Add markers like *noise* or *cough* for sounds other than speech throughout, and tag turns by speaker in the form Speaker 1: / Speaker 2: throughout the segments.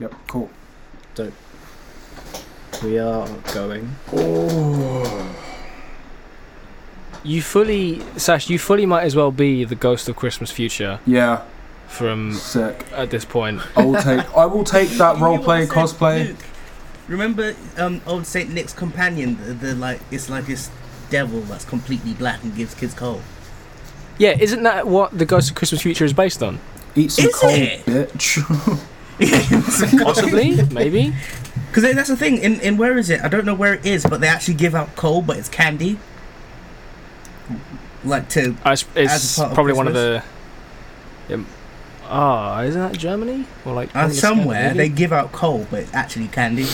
Speaker 1: Yep, cool.
Speaker 2: So we are going.
Speaker 3: You fully, Sash, you fully might as well be the ghost of Christmas future
Speaker 1: Yeah,
Speaker 3: from
Speaker 1: sick.
Speaker 3: at this point.
Speaker 1: I will take. I will take that
Speaker 4: You know
Speaker 1: role
Speaker 4: what
Speaker 1: play
Speaker 4: I said,
Speaker 1: cosplay.
Speaker 4: Luke? Remember um, old Saint Nick's companion? The, the like, it's like this devil that's completely black and gives kids cold.
Speaker 3: Yeah, isn't that what the ghost of Christmas future is based on?
Speaker 1: Eat some
Speaker 4: Is
Speaker 1: cold,
Speaker 4: it?
Speaker 1: bitch.
Speaker 4: *laughs*
Speaker 2: *laughs*
Speaker 3: Possibly, maybe.
Speaker 4: Because that's the thing. In, in where is it? I don't know where it is, but they actually give out coal, but it's candy. Like to uh,
Speaker 3: I s
Speaker 4: As
Speaker 3: it's
Speaker 4: a part of
Speaker 3: probably one of the. Um, Ah, isn't that Germany or like
Speaker 4: uh,
Speaker 3: one of the
Speaker 4: somewhere they
Speaker 3: Scandinavian-
Speaker 4: give out coal, but it's actually candy.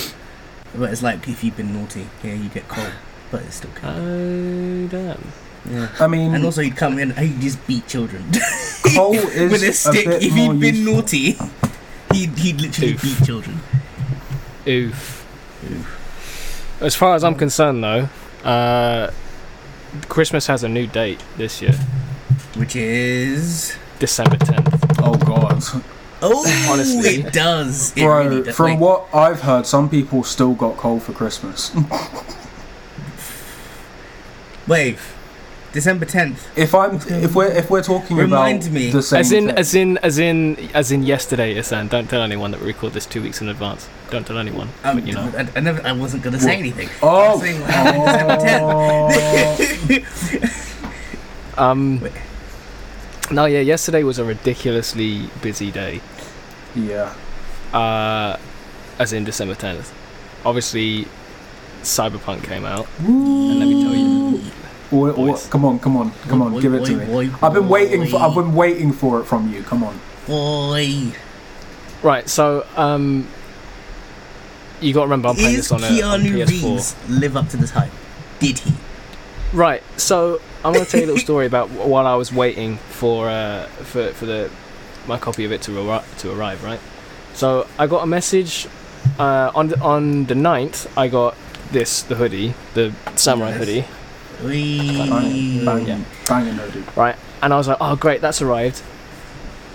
Speaker 4: But it's like if you've been naughty, yeah, you get coal, but it's still candy.
Speaker 3: Oh damn!
Speaker 4: Yeah.
Speaker 1: I mean,
Speaker 4: And also, he'd come in and he'd just beat children *laughs*
Speaker 1: coal is
Speaker 4: with a stick.
Speaker 1: bit
Speaker 4: if
Speaker 1: more
Speaker 4: he'd been
Speaker 1: useful.
Speaker 4: naughty, he'd he'd literally
Speaker 3: Oof.
Speaker 4: beat children.
Speaker 3: Oof. As far as I'm concerned, though, uh, Christmas has a new date this year,
Speaker 4: Which is
Speaker 3: December 10th.
Speaker 1: Oh god,
Speaker 4: oh,
Speaker 3: Honestly.
Speaker 4: it does. It
Speaker 1: bro.
Speaker 4: really does.
Speaker 1: from
Speaker 4: Wait,
Speaker 1: what I've heard, some people still got coal for Christmas.
Speaker 4: wait, December tenth.
Speaker 1: If I'm, if we're, if we're talking
Speaker 4: Remind
Speaker 1: about
Speaker 4: me.
Speaker 1: the same
Speaker 3: as in,
Speaker 1: thing,
Speaker 3: as in, as in, as in yesterday, Isan. Don't tell anyone that we record this two weeks in advance. Don't tell anyone.
Speaker 4: Um,
Speaker 3: but you know,
Speaker 4: I, I never. I wasn't gonna
Speaker 1: What?
Speaker 4: say anything.
Speaker 1: oh,
Speaker 4: I'm saying, like,
Speaker 1: *laughs* oh,
Speaker 3: um,
Speaker 4: Wait.
Speaker 3: no, yeah, yesterday was a ridiculously busy day.
Speaker 1: yeah,
Speaker 3: uh, as in December 10th. Obviously, Cyberpunk came out, and let me tell you,
Speaker 1: Or- or-
Speaker 3: Boys.
Speaker 1: come on, come on, come on,
Speaker 4: Boy,
Speaker 1: give it to
Speaker 4: boy,
Speaker 1: me.
Speaker 4: boy,
Speaker 1: I've been waiting for,
Speaker 4: boy.
Speaker 1: I've been waiting for it from you. Come on.
Speaker 4: Boy,
Speaker 3: right? So, um, you got to remember I'm playing
Speaker 4: is
Speaker 3: this on, a, on
Speaker 4: Keanu
Speaker 3: PS4,
Speaker 4: Reeves live up to this hype? Did he?
Speaker 3: right? So, I'm going to tell you a little story about wh- while I was waiting for uh, for for the my copy of it to arri- to arrive, right? So, I got a message uh, on the, on the 9th. I got this the hoodie, the samurai
Speaker 4: Nice.
Speaker 3: hoodie.
Speaker 4: We
Speaker 1: Banging, banging,
Speaker 3: Yeah.
Speaker 1: banging, no dude.
Speaker 3: right? And I was like, oh, great, that's arrived.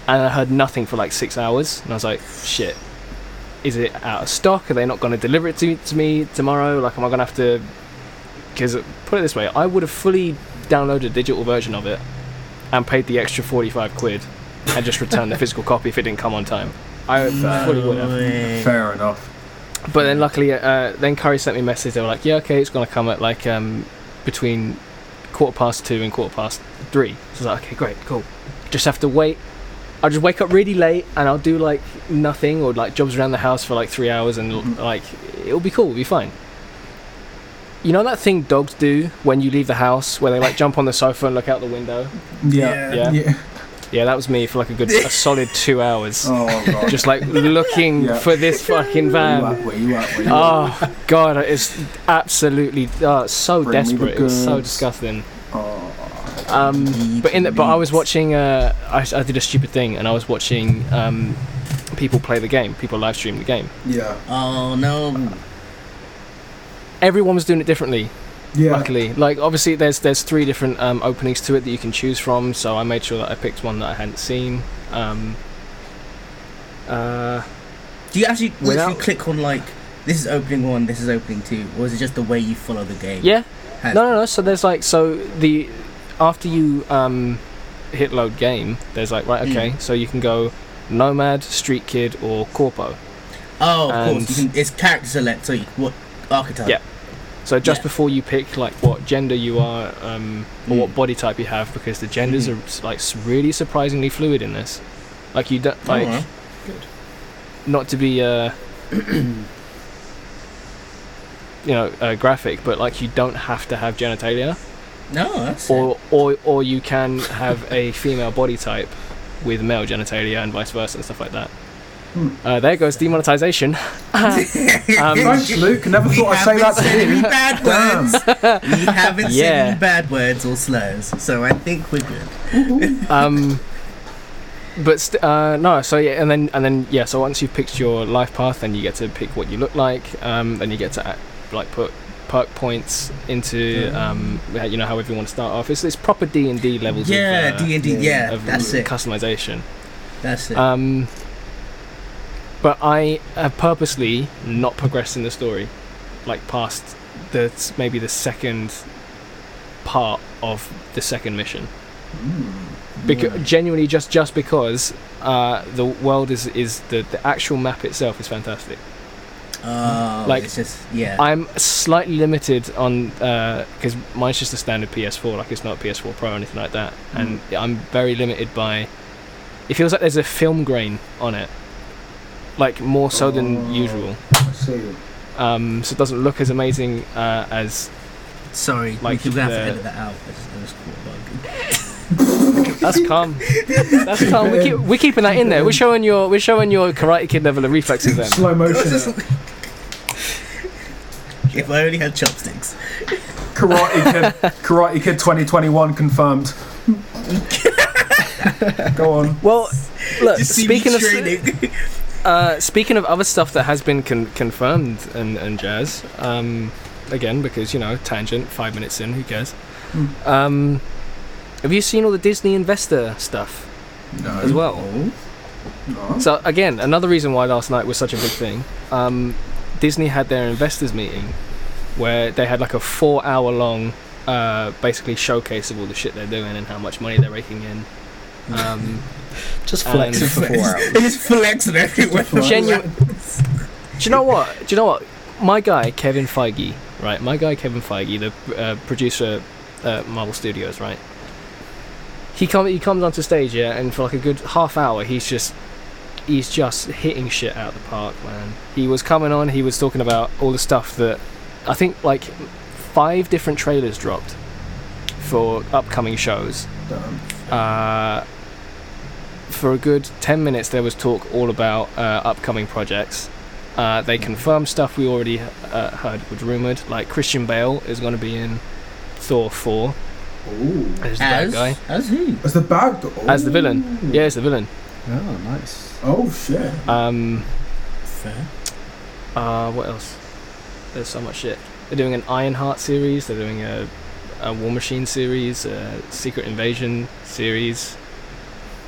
Speaker 3: And I heard nothing for like six hours. And I was like, shit, is it out of stock? Are they not going to deliver it to, to me tomorrow? Like, am I going to have to. Because, put it this way, I would have fully downloaded a digital version of it and paid the extra 45 quid and just returned the physical copy if it didn't come on time. I fully would have.
Speaker 4: Boy.
Speaker 1: Fair enough.
Speaker 3: But then luckily, uh, then Curry sent me a message. They were like, "Yeah, okay, it's gonna come at like um, between quarter past two and quarter past three. So I was like, "Okay, great, cool. Just have to wait. I'll just wake up really late and I'll do like nothing or like jobs around the house for like three hours and
Speaker 1: Mhm.
Speaker 3: like it'll be cool, it'll be fine." You know that thing dogs do when you leave the house, where they like jump on the sofa and look out the window.
Speaker 1: Yeah.
Speaker 3: Yeah.
Speaker 1: Yeah.
Speaker 3: Yeah, that was me for like a good, a solid
Speaker 1: *laughs*
Speaker 3: two hours,
Speaker 1: Oh god.
Speaker 3: just like looking
Speaker 1: Yeah.
Speaker 3: for this fucking van.
Speaker 1: you at, where you at, where you at.
Speaker 3: Um, Oh god, it's absolutely uh, it's so
Speaker 1: Bring me the
Speaker 3: desperate. It's so
Speaker 1: goods.
Speaker 3: disgusting.
Speaker 1: Oh,
Speaker 3: Um, but in the, but I was
Speaker 4: Meat.
Speaker 3: watching. Uh, I, I did a stupid thing, and I was watching um, people play the game. People live stream the game.
Speaker 1: yeah.
Speaker 4: Oh no.
Speaker 3: Everyone was doing it differently.
Speaker 1: Yeah.
Speaker 3: Luckily, like obviously, there's there's three different um, openings to it that you can choose from. So I made sure that I picked one that I hadn't seen. Um, uh,
Speaker 4: Do you actually literally
Speaker 3: Without-
Speaker 4: click on like this is opening one, this is opening two, or is it just the way you follow the game?
Speaker 3: yeah,
Speaker 4: Has-
Speaker 3: No, no, no. So there's like so the after you um, hit load game, there's like right okay, so you can go nomad, street kid, or corpo.
Speaker 4: Oh, of
Speaker 3: And-
Speaker 4: course. You can, it's character select, so you, what archetype?
Speaker 3: Yeah. So just
Speaker 4: Yeah.
Speaker 3: before you pick like what gender you are um, or
Speaker 4: Mm.
Speaker 3: what body type you have, because the genders
Speaker 4: Mhm.
Speaker 3: are s- like s- really surprisingly fluid in this. Like you don't like
Speaker 4: Alright.
Speaker 3: not to be uh, you know uh, graphic, but like you don't have to have genitalia.
Speaker 4: No, that's
Speaker 3: or or or you can have a female body type with male genitalia and vice versa and stuff like that.
Speaker 1: Hmm.
Speaker 3: Uh, there goes
Speaker 4: *laughs*
Speaker 3: demonetization. um,
Speaker 1: Thanks, Luke. Never
Speaker 4: We
Speaker 1: thought I'd say
Speaker 4: haven't
Speaker 1: that
Speaker 4: said
Speaker 1: to *laughs*
Speaker 4: any
Speaker 1: you.
Speaker 4: bad
Speaker 1: Damn.
Speaker 4: words. we haven't said
Speaker 3: Yeah.
Speaker 4: any bad words or slurs, so I think we're good.
Speaker 3: um, but st- uh, no, so yeah, and then and then yeah, so once you've picked your life path, then you get to pick what you look like. Um, then you get to act, like put perk points into um, you know however you want to start off. It's it's proper D and D levels.
Speaker 4: Yeah,
Speaker 3: of, uh,
Speaker 4: D and D.
Speaker 1: yeah,
Speaker 4: Yeah,
Speaker 3: of
Speaker 4: that's it.
Speaker 3: Uh, Customization.
Speaker 4: That's it.
Speaker 3: Um, But I have purposely not progressed in the story, like past the maybe the second part of the second mission.
Speaker 1: Mm,
Speaker 3: Because genuinely, just just because uh, the world is is the the actual map itself is fantastic.
Speaker 4: Oh,
Speaker 3: Like,
Speaker 4: it's just yeah.
Speaker 3: I'm slightly limited on because mine's just a standard PS4, like it's not PS4 Pro or anything like that,
Speaker 4: Hmm.
Speaker 3: and I'm very limited by. It feels like there's a film grain on it, like more so
Speaker 1: Oh.
Speaker 3: than usual.
Speaker 1: I see.
Speaker 3: Um, so it doesn't look as amazing uh, as.
Speaker 4: Sorry,
Speaker 3: like
Speaker 4: we could have to
Speaker 3: the-
Speaker 4: edit that out. It's just, it's cool, but-
Speaker 3: That's
Speaker 4: *laughs*
Speaker 3: calm. That's calm. We keep, we're keeping that in there. We're showing your we're showing your Karate Kid level of reflexes then.
Speaker 1: Slow motion.
Speaker 4: *laughs* If I only had chopsticks.
Speaker 1: *laughs* Karate Kid, Karate Kid 2021 confirmed. Go on.
Speaker 3: Well, look.
Speaker 4: Just see me
Speaker 3: Uh, Speaking of *laughs*
Speaker 4: training. *laughs*
Speaker 3: Uh, speaking of other stuff that has been con- confirmed and, and jazz, um, again, because, you know, tangent, five minutes in, who cares?
Speaker 1: Mm.
Speaker 3: Um, have you seen all the Disney investor stuff as
Speaker 1: No.
Speaker 3: well? So, again, another reason why last night was such a big thing um, Disney had their investors meeting where they had like a four hour long uh, basically showcase of all the shit they're doing and how much money they're raking in. Um,
Speaker 2: Just
Speaker 3: And-
Speaker 2: flexing for four hours.
Speaker 4: They just flexing everywhere.
Speaker 3: Genu- *laughs* Do you know what? Do you know what? My guy Kevin Feige, right? My guy Kevin Feige, the uh, producer at Marvel Studios, right? He come he comes onto stage, yeah, and for like a good half hour, he's just he's just hitting shit out of the park, man. He was coming on, he was talking about all the stuff that I think like five different trailers dropped for upcoming shows
Speaker 1: Damn.
Speaker 3: uh, for a good 10 minutes there was talk all about uh, upcoming projects uh, they confirmed stuff we already uh, heard was rumored like christian bale is going to be in thor 4
Speaker 1: Ooh.
Speaker 3: as, that
Speaker 4: As,
Speaker 3: guy
Speaker 4: as who?
Speaker 1: As the bad guy.
Speaker 3: as the villain yeah as the villain
Speaker 2: Oh, nice.
Speaker 1: Oh shit.
Speaker 3: um,
Speaker 4: Fair.
Speaker 3: uh, what else there's so much shit they're doing an ironheart series they're doing a, a war machine series a secret invasion series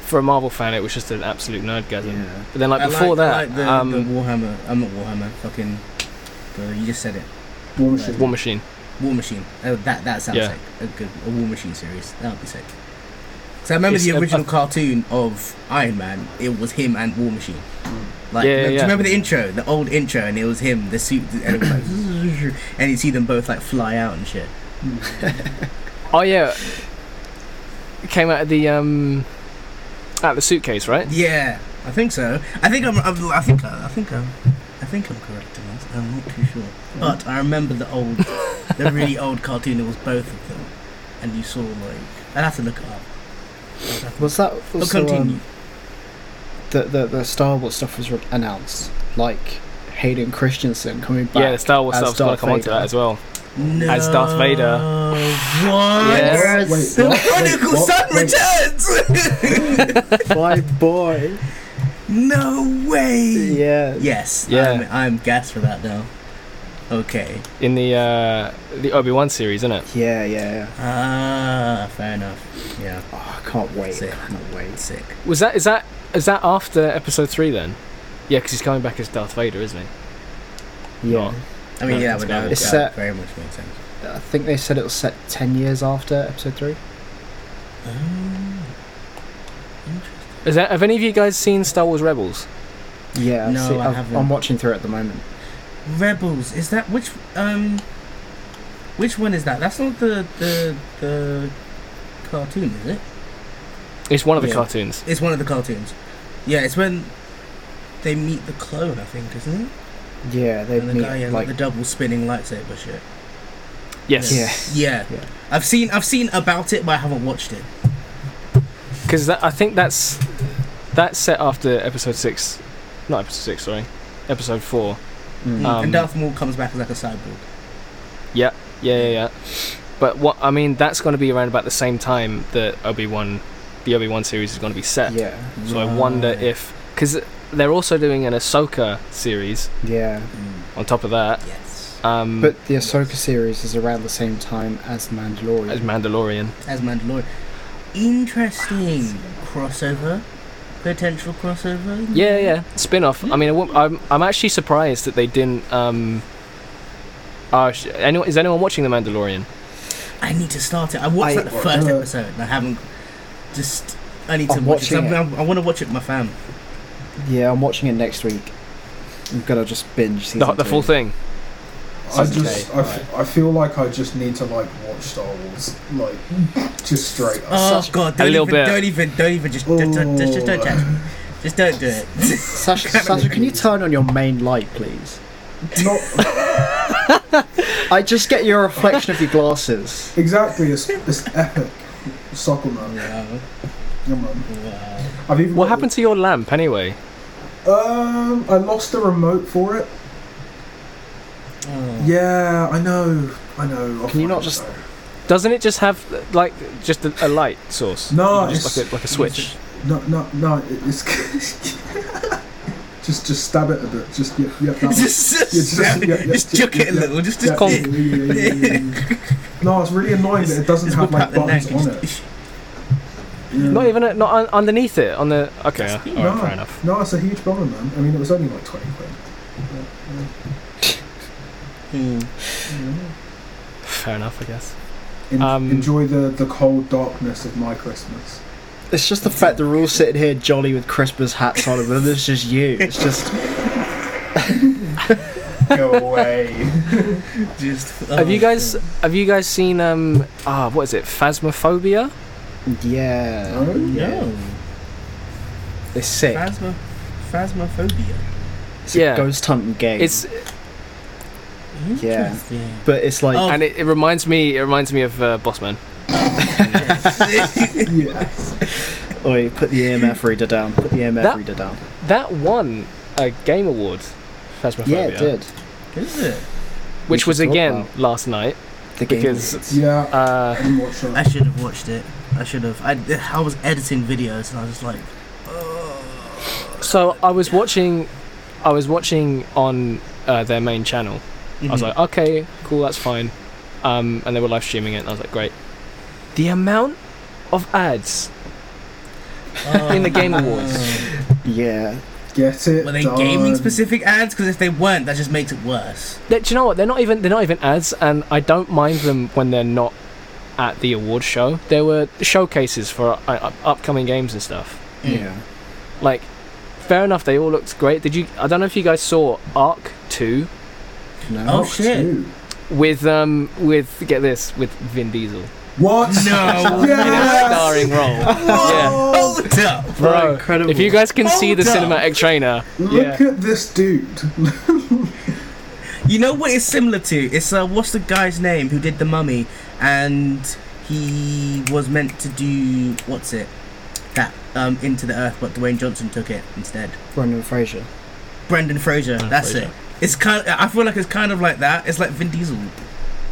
Speaker 3: for a marvel fan it was just an absolute nerdgasm
Speaker 2: Yeah.
Speaker 3: But then, like
Speaker 4: I
Speaker 3: before
Speaker 4: I
Speaker 3: that,
Speaker 4: like the,
Speaker 3: um,
Speaker 4: the Warhammer. I'm not Warhammer. Fucking. The, you just said it.
Speaker 1: War Machine.
Speaker 3: War Machine.
Speaker 4: War Machine. Oh, that that sounds
Speaker 3: Yeah.
Speaker 4: sick. A good a War Machine series. That would be sick. So I remember
Speaker 3: It's
Speaker 4: the
Speaker 3: a-
Speaker 4: original
Speaker 3: a-
Speaker 4: cartoon of Iron Man. It was him and War Machine. Like,
Speaker 3: Yeah, yeah,
Speaker 4: do you
Speaker 3: yeah.
Speaker 4: remember the intro, the old intro, and it was him, the suit, and it was
Speaker 3: *coughs*
Speaker 4: like, and you see them both like fly out and shit.
Speaker 3: Oh yeah, it came out of the um, out of the suitcase, right?
Speaker 4: Yeah, I think so. I think I'm. I'm I think. I, I think I'm. I think I'm correct in this. I'm not too sure, but I remember the old, the really old cartoon. It was both of them, and you saw like. I'd have to look it up.
Speaker 2: Was that
Speaker 4: But
Speaker 2: also
Speaker 4: continue.
Speaker 2: um, the, the the Star Wars stuff was re- announced? Like Hayden Christensen coming back.
Speaker 3: yeah, the Star Wars
Speaker 2: as
Speaker 3: stuff's got to
Speaker 2: Darth
Speaker 3: come onto
Speaker 2: Vader.
Speaker 3: that as well.
Speaker 4: No.
Speaker 3: as Darth Vader.
Speaker 4: What?
Speaker 3: Yes.
Speaker 1: Wait,
Speaker 4: The
Speaker 1: what?
Speaker 4: Chronicle
Speaker 1: Wait, what?
Speaker 4: Sun
Speaker 1: Wait.
Speaker 2: *laughs*
Speaker 4: returns!
Speaker 2: My boy.
Speaker 4: no way!
Speaker 2: Yeah.
Speaker 4: Yes,
Speaker 3: Yeah.
Speaker 4: I'm, I'm gassed for that now. Okay.
Speaker 3: In the uh, the Obi Wan series, isn't it?
Speaker 2: Yeah, yeah, yeah.
Speaker 4: Ah, fair enough. Yeah,
Speaker 2: Oh, I can't wait.
Speaker 4: Sick.
Speaker 2: I can't wait.
Speaker 4: sick.
Speaker 3: Was that is that is that after Episode three then? Yeah, because he's coming back as Darth Vader, isn't he?
Speaker 2: Yeah.
Speaker 4: I mean,
Speaker 3: No,
Speaker 4: yeah,
Speaker 3: it's
Speaker 4: but that,
Speaker 3: good.
Speaker 4: would-
Speaker 2: It's
Speaker 4: that would
Speaker 2: set-
Speaker 4: very much makes sense.
Speaker 2: I think they said it was set 10 years after episode 3.
Speaker 4: Oh.
Speaker 3: Is that, have any of you guys seen Star Wars Rebels?
Speaker 2: Yeah,
Speaker 4: No,
Speaker 2: see,
Speaker 4: I
Speaker 2: I've-
Speaker 4: haven't.
Speaker 2: I'm watching through it at the moment.
Speaker 4: Rebels, is that which um which one is that? That's not the the the cartoon, is it?
Speaker 3: It's one of the
Speaker 4: Yeah.
Speaker 3: cartoons.
Speaker 4: It's one of the cartoons. Yeah, it's when they meet the clone, I think, isn't it?
Speaker 2: Yeah, they
Speaker 4: And the
Speaker 2: meet
Speaker 4: guy yeah, like
Speaker 2: like
Speaker 4: the double spinning lightsaber shit.
Speaker 3: Yes.
Speaker 2: *laughs*
Speaker 3: *laughs*
Speaker 2: Yeah.
Speaker 4: Yeah.
Speaker 2: Yeah.
Speaker 4: I've seen I've seen about it but I haven't watched it.
Speaker 3: Because I think that's that's set after Episode six, not Episode six, sorry, Episode four.
Speaker 2: Mm.
Speaker 3: Um,
Speaker 4: and Darth Maul comes back as like a cyborg.
Speaker 3: Yeah, yeah, yeah. But what I mean, that's going to be around about the same time that Obi Wan, the Obi Wan series is going to be set.
Speaker 2: yeah,
Speaker 3: So I wonder
Speaker 4: Right.
Speaker 3: if because they're also doing an Ahsoka series
Speaker 2: yeah.
Speaker 4: Mm,
Speaker 3: on top of that.
Speaker 4: yes.
Speaker 3: Um,
Speaker 2: But the Ahsoka series is around the same time as The Mandalorian.
Speaker 3: as Mandalorian,
Speaker 4: As Mandalorian. Interesting crossover. potential crossover.
Speaker 2: Mm-hmm.
Speaker 3: Yeah, yeah, spin off. I mean, I won't- I'm, I'm actually surprised that they didn't. Um, uh, sh- anyone, is anyone watching The Mandalorian?
Speaker 4: I need to start it. I watched
Speaker 2: I-
Speaker 4: like the first
Speaker 2: uh,
Speaker 4: episode and I haven't. Just I need to
Speaker 2: I'm
Speaker 4: watch it. 'cause
Speaker 2: watching
Speaker 4: I'm- I, want to watch it with my fam.
Speaker 2: Yeah, I'm watching it next week. I'm gonna just binge season
Speaker 3: The, the full
Speaker 2: two.
Speaker 3: thing.
Speaker 1: I
Speaker 2: Season
Speaker 1: just,
Speaker 2: two,
Speaker 1: I, f- I feel like I just need to like watch Star Wars, like just straight up. Oh.
Speaker 4: Oh
Speaker 2: Such-
Speaker 4: god!
Speaker 3: A
Speaker 4: Don't
Speaker 3: little
Speaker 4: even,
Speaker 3: bit.
Speaker 4: Don't even. Don't even. Just. Just, don't- just, just don't touch me. Just don't do it.
Speaker 3: *laughs*
Speaker 4: *laughs*
Speaker 2: Sasha, Sasha, can you turn on your main light, please?
Speaker 1: *laughs* Not
Speaker 2: I just get your reflection of your glasses.
Speaker 1: exactly. It's, it's epic. Suckle man.
Speaker 4: Wow,
Speaker 1: Come on.
Speaker 4: wow.
Speaker 1: I've even
Speaker 3: What
Speaker 1: got
Speaker 3: happened to your lamp anyway?
Speaker 1: the- Um, I lost the remote for it.
Speaker 4: Oh.
Speaker 1: Yeah, I know. I know. I'll
Speaker 2: Can you
Speaker 1: find
Speaker 2: not
Speaker 1: it
Speaker 2: just-
Speaker 1: though.
Speaker 3: Doesn't it just have like just a, a light source?
Speaker 1: No,
Speaker 3: just
Speaker 1: it's-
Speaker 3: like a, like a switch.
Speaker 1: No, no, no. it- It's *laughs* just, just stab it a bit. Just yeah, yeah. That one.
Speaker 4: just,
Speaker 1: Yeah, just-
Speaker 4: just,
Speaker 1: yeah, yeah,
Speaker 4: just
Speaker 1: yeah,
Speaker 4: chuck it a
Speaker 1: yeah,
Speaker 4: little. Just, just
Speaker 1: yeah, yeah, yeah, yeah, yeah, yeah. No, it's really annoying that it doesn't
Speaker 4: just
Speaker 1: have
Speaker 4: whip
Speaker 1: like
Speaker 4: out the neck.
Speaker 1: buttons
Speaker 4: and
Speaker 1: on it.
Speaker 4: Just,
Speaker 1: Yeah.
Speaker 3: Not even a, not un- underneath it on the. Okay, uh, all
Speaker 1: no,
Speaker 3: right, fair enough.
Speaker 1: No, it's a huge problem, man. I mean, it was only like twenty quid.
Speaker 4: Hmm.
Speaker 3: Fair enough, I guess.
Speaker 1: En-
Speaker 3: Um,
Speaker 1: enjoy the the cold darkness of my Christmas.
Speaker 2: It's just the fact that we're all sitting here jolly with Christmas hats on, and then it's just you. It's *laughs* just
Speaker 1: Go away.
Speaker 4: *laughs* Just.
Speaker 3: have
Speaker 4: oh,
Speaker 3: you guys
Speaker 4: shit.
Speaker 3: have you guys seen um ah what is it Phasmophobia?
Speaker 2: yeah.
Speaker 1: Oh,
Speaker 4: No.
Speaker 2: They're sick.
Speaker 4: Phasma, phasmophobia.
Speaker 2: It's a
Speaker 3: Yeah.
Speaker 2: ghost hunting game.
Speaker 3: It's
Speaker 2: Yeah.
Speaker 4: *laughs* Interesting.
Speaker 2: but it's like
Speaker 4: Oh.
Speaker 3: and it, it reminds me it reminds me of uh, Bossman.
Speaker 1: yes.
Speaker 2: Oi, put
Speaker 3: *laughs*
Speaker 2: the EMF reader down. Put the EMF
Speaker 3: Oh. That-
Speaker 2: reader down.
Speaker 3: That won a Game Award. Phasmophobia.
Speaker 2: Yeah, it did.
Speaker 4: Is it?
Speaker 3: Which
Speaker 2: We
Speaker 3: was
Speaker 2: should talk
Speaker 3: again
Speaker 2: about
Speaker 3: last night
Speaker 2: The game.
Speaker 3: because
Speaker 1: Yeah.
Speaker 3: uh
Speaker 1: I didn't watch
Speaker 4: I
Speaker 1: that.
Speaker 4: should have watched it. I should have. I, I was editing videos and I was like, oh.
Speaker 3: so I was watching I was watching on uh, their main channel. I was
Speaker 4: Mhm.
Speaker 3: like, okay, cool, that's fine. Um, and they were live streaming it, and I was like, great. The amount of ads
Speaker 4: *laughs* Oh,
Speaker 3: in the Game Awards.
Speaker 4: no.
Speaker 2: yeah.
Speaker 1: Get it.
Speaker 4: *laughs* Were they
Speaker 1: done.
Speaker 4: gaming specific ads? Because if they weren't, that just makes it worse.
Speaker 3: They- do you know what? They're not even they're not even ads, and I don't mind them when they're not at the award show. There were showcases for uh, uh, upcoming games and stuff.
Speaker 4: Mm.
Speaker 2: Yeah.
Speaker 3: Like, fair enough, they all looked great. Did you? I don't know if you guys saw Arc Two
Speaker 2: No.
Speaker 4: Oh, shit.
Speaker 1: Two.
Speaker 3: with um with get this with Vin Diesel
Speaker 1: What?
Speaker 4: *laughs* No.
Speaker 3: in
Speaker 1: Yes.
Speaker 3: a starring role. Yeah.
Speaker 1: Oh,
Speaker 4: Hold up.
Speaker 3: Bro,
Speaker 2: incredible.
Speaker 3: if you guys can see the
Speaker 4: Hold up.
Speaker 3: cinematic trainer,
Speaker 1: Look at this dude. *laughs*
Speaker 4: You know what it's similar to? It's uh, what's the guy's name who did the Mummy, and he was meant to do what's it? That um, Into the Earth, but Dwayne Johnson took it instead.
Speaker 2: Brendan Fraser.
Speaker 4: Brendan Fraser.
Speaker 3: Brendan
Speaker 4: that's
Speaker 3: Fraser.
Speaker 4: it. It's kind. I feel like it's kind of like that. It's like Vin Diesel.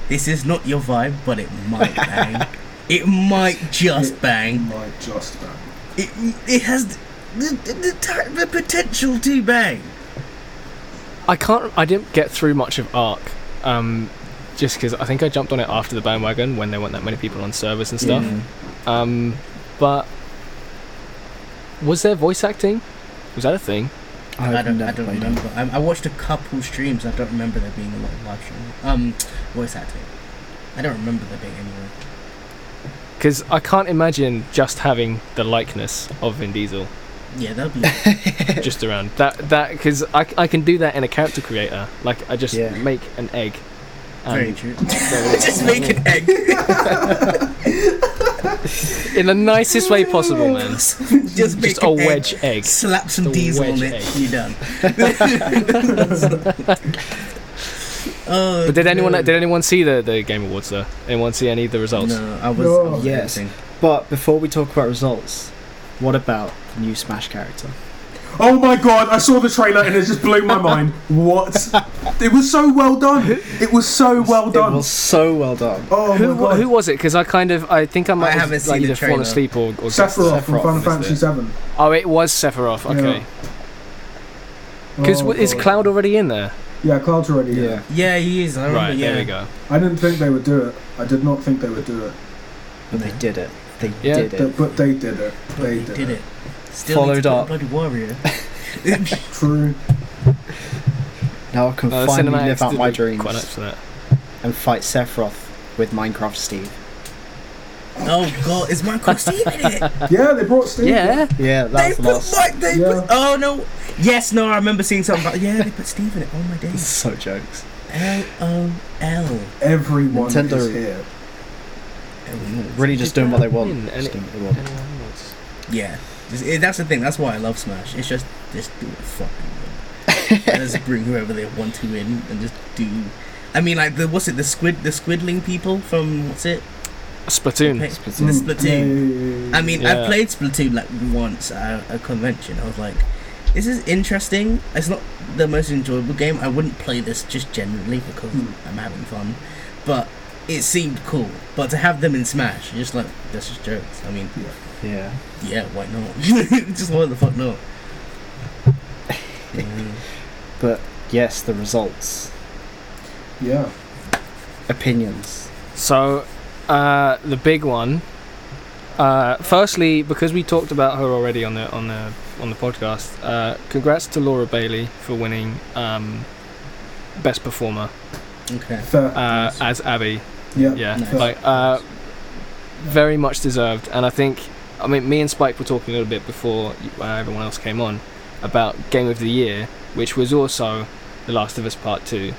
Speaker 4: This is not your vibe, but it
Speaker 3: *laughs*
Speaker 4: might bang. it might just bang.
Speaker 1: My just bang.
Speaker 4: It it has the, the, the, ti- the potential to bang.
Speaker 3: I can't. I didn't get through much of Arc, um, just because I think I jumped on it after the bandwagon when there weren't that many people on servers and stuff. Um, but was there voice acting? Was that a thing?
Speaker 2: I've
Speaker 4: I don't, I
Speaker 2: never
Speaker 4: don't
Speaker 2: played it.
Speaker 4: remember. I, I watched a couple streams. I don't remember there being a lot of live stream. Um, voice acting. I don't remember there being anyone.
Speaker 3: Because I can't imagine just having the likeness of Vin
Speaker 4: *laughs*
Speaker 3: Diesel
Speaker 4: Yeah, that'd be.
Speaker 3: just around that. That because I, I can do that in a character creator. Like I just
Speaker 2: Yeah.
Speaker 3: make an egg.
Speaker 4: Very
Speaker 3: And
Speaker 4: true. *laughs*
Speaker 3: there it is.
Speaker 4: Just make an egg.
Speaker 3: in the nicest way possible, man.
Speaker 4: *laughs* Just make
Speaker 3: Just
Speaker 4: an
Speaker 3: a
Speaker 4: egg,
Speaker 3: wedge egg.
Speaker 4: Slap some
Speaker 3: The
Speaker 4: diesel on
Speaker 3: wedge
Speaker 4: it.
Speaker 3: egg. *laughs*
Speaker 4: You're done. *laughs* oh,
Speaker 3: But did anyone
Speaker 4: dude.
Speaker 3: did anyone see the, the Game Awards though? Anyone see any of the results?
Speaker 4: Oh, No, I was.
Speaker 1: No.
Speaker 4: I was
Speaker 2: Yes.
Speaker 4: editing.
Speaker 2: But before we talk about results, what about the new Smash character?
Speaker 1: Oh my god, I saw the trailer and it just blew my mind. What? It was so well done. It was so well done.
Speaker 2: It was so well done.
Speaker 1: Oh
Speaker 3: Who,
Speaker 1: my god.
Speaker 3: who was it? Because I kind of I think I might have
Speaker 4: haven't seen
Speaker 3: like,
Speaker 4: the
Speaker 3: either fallen
Speaker 4: trailer.
Speaker 3: asleep or, or
Speaker 1: Sephiroth, from
Speaker 2: Sephiroth
Speaker 1: Final
Speaker 2: is
Speaker 1: Fantasy
Speaker 2: it?
Speaker 1: VII.
Speaker 3: oh it was Sephiroth. Okay, because
Speaker 1: Oh,
Speaker 3: is
Speaker 1: God.
Speaker 3: Cloud already in there?
Speaker 1: Yeah, Cloud's already in.
Speaker 2: Yeah.
Speaker 4: Yeah, he is.
Speaker 2: Oh,
Speaker 4: I remember.
Speaker 3: right
Speaker 4: yeah.
Speaker 3: there we go.
Speaker 1: I didn't think they would do it. I did not think they would do it.
Speaker 2: But they did it. They
Speaker 3: Yeah.
Speaker 2: did
Speaker 1: Th-
Speaker 2: it.
Speaker 1: But they did it.
Speaker 4: But
Speaker 1: They
Speaker 4: he did it. Still
Speaker 2: Followed
Speaker 4: need to put
Speaker 2: up.
Speaker 4: Bloody warrior.
Speaker 1: True.
Speaker 2: Now I can
Speaker 3: Uh,
Speaker 2: finally
Speaker 3: Cinemax
Speaker 2: live out
Speaker 3: did
Speaker 2: my
Speaker 3: look Quite nice
Speaker 2: dreams
Speaker 3: for that.
Speaker 2: and fight Sephiroth with Minecraft Steve.
Speaker 4: Oh god, is Minecraft Steve in it?
Speaker 1: Yeah, they brought Steve.
Speaker 3: Yeah.
Speaker 2: Yeah,
Speaker 4: They
Speaker 2: that's the
Speaker 4: put
Speaker 2: last.
Speaker 4: Mike. They
Speaker 1: Yeah.
Speaker 4: put. Oh no. Yes, no. I remember seeing something. About, yeah, they put Steve in it. Oh my days.
Speaker 2: *laughs* So jokes.
Speaker 4: L O L.
Speaker 1: Everyone
Speaker 2: Nintendo.
Speaker 1: is here.
Speaker 2: Really just doing what they want.
Speaker 3: And
Speaker 2: Just
Speaker 3: it-
Speaker 2: doing what they want.
Speaker 4: Yeah, This- it- that's the thing. That's why I love Smash. It's just just do what the fuck *laughs* you want. And just bring whoever they want to in and just do. I mean, like the what's it? The squid, the squidling people from what's it?
Speaker 3: Splatoon.
Speaker 4: Pe-
Speaker 2: Splatoon.
Speaker 4: The Splatoon. I mean, I
Speaker 3: Yeah.
Speaker 4: played Splatoon like once at a convention. I was like, this is interesting. It's not the most enjoyable game. I wouldn't play this just generally because
Speaker 1: Hmm.
Speaker 4: I'm having fun, but it seemed cool. But to have them in Smash, you're just like that's just jokes. I mean,
Speaker 2: Yeah.
Speaker 4: yeah, why not? *laughs* just why the fuck
Speaker 3: *laughs*
Speaker 4: not? Um,
Speaker 2: But yes, the results,
Speaker 1: Yeah.
Speaker 2: opinions.
Speaker 3: So, uh, the big one. Uh, firstly, because we talked about her already on the on the on the podcast, uh, congrats to Laura Bailey for winning um, best performer
Speaker 4: Okay.
Speaker 1: Fair.
Speaker 3: uh, as Abby.
Speaker 1: yeah.
Speaker 3: Yeah,
Speaker 4: Nice.
Speaker 3: like uh, very much deserved. And I think, I mean, me and Spike were talking a little bit before uh, everyone else came on about Game of the Year, which was also The Last of Us Part Two.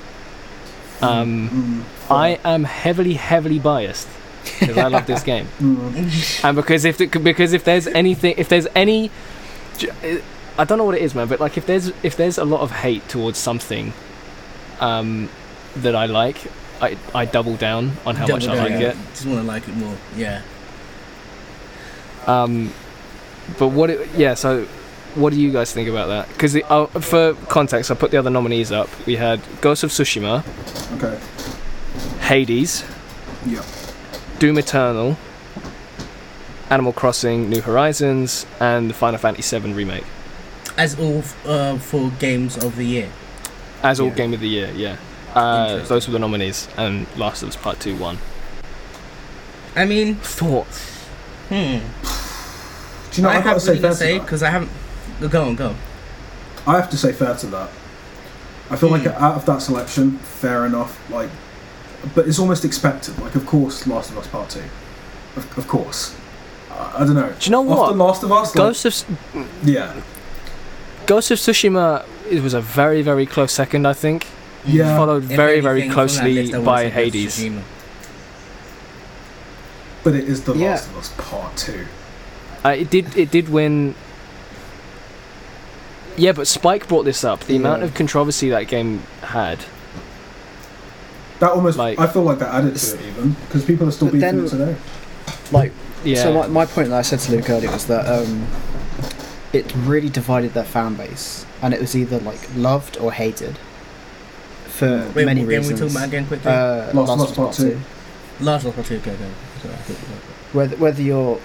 Speaker 3: Um,
Speaker 1: Mm,
Speaker 3: I am heavily, heavily biased because I
Speaker 4: *laughs*
Speaker 3: love this game,
Speaker 1: mm.
Speaker 3: and because if the, because if there's anything, if there's any, I don't know what it is, man, but like if there's if there's a lot of hate towards something, um, that I like, I I double down on how much I
Speaker 4: Double
Speaker 3: like
Speaker 4: down.
Speaker 3: it.
Speaker 4: Just want to like it more. Yeah.
Speaker 3: Um, but what? It, yeah. So, what do you guys think about that? Because uh, for context, I put the other nominees up. We had Ghost of Tsushima,
Speaker 1: Okay.
Speaker 3: Hades,
Speaker 1: Yeah.
Speaker 3: Doom Eternal, Animal Crossing: New Horizons, and the Final Fantasy VII remake
Speaker 4: As all f- uh, for games of the year.
Speaker 3: as all
Speaker 2: Yeah.
Speaker 3: Game of the Year. Yeah. Uh,
Speaker 4: Interesting.
Speaker 3: those were the nominees, and Last of Us Part Two won.
Speaker 4: I mean,
Speaker 3: Thoughts?
Speaker 4: hmm.
Speaker 1: Do you know?
Speaker 4: I
Speaker 1: I've got to
Speaker 4: have
Speaker 1: say
Speaker 4: nothing
Speaker 1: fair to
Speaker 4: to say
Speaker 1: that.
Speaker 4: because I haven't. Go on, go.
Speaker 1: I have to say fair to that. I feel like
Speaker 4: Hmm.
Speaker 1: out of that selection, fair enough. Like, but it's almost expected. Like, of course, Last of Us Part Two. Of, of course. I, I don't know.
Speaker 3: Do you know
Speaker 1: After
Speaker 3: what?
Speaker 1: Last of Us, like,
Speaker 3: Ghost of S-
Speaker 1: yeah,
Speaker 3: Ghost of Tsushima it was a very very close second, I think,
Speaker 1: yeah,
Speaker 3: followed
Speaker 4: If
Speaker 3: very very
Speaker 4: anything from that
Speaker 3: closely
Speaker 4: list, I would
Speaker 3: by
Speaker 4: say Ghost of
Speaker 3: Hades.
Speaker 4: Tsushima.
Speaker 1: but it is the
Speaker 2: Yeah.
Speaker 1: Last of Us Part Two.
Speaker 3: Uh, it did. It did win. Yeah, but Spike brought this up. The amount
Speaker 2: Yeah.
Speaker 3: of controversy that game had.
Speaker 1: That almost,
Speaker 3: Like-
Speaker 1: I feel like that added to it even because people are still
Speaker 2: But
Speaker 1: beating
Speaker 2: then-
Speaker 1: it today.
Speaker 2: Like,
Speaker 3: Yeah.
Speaker 2: so my, my point that I said to Luke earlier was that um, it really divided their fan base, and it was either like loved or hated for
Speaker 1: Wait,
Speaker 4: Wait,
Speaker 2: many
Speaker 4: what game we
Speaker 2: reasons.
Speaker 4: talking about again quickly?
Speaker 2: Uh,
Speaker 1: Last of Us Part Two.
Speaker 4: Last of Us Two. Go, go. Sorry, I thought-
Speaker 2: Whether whether you're,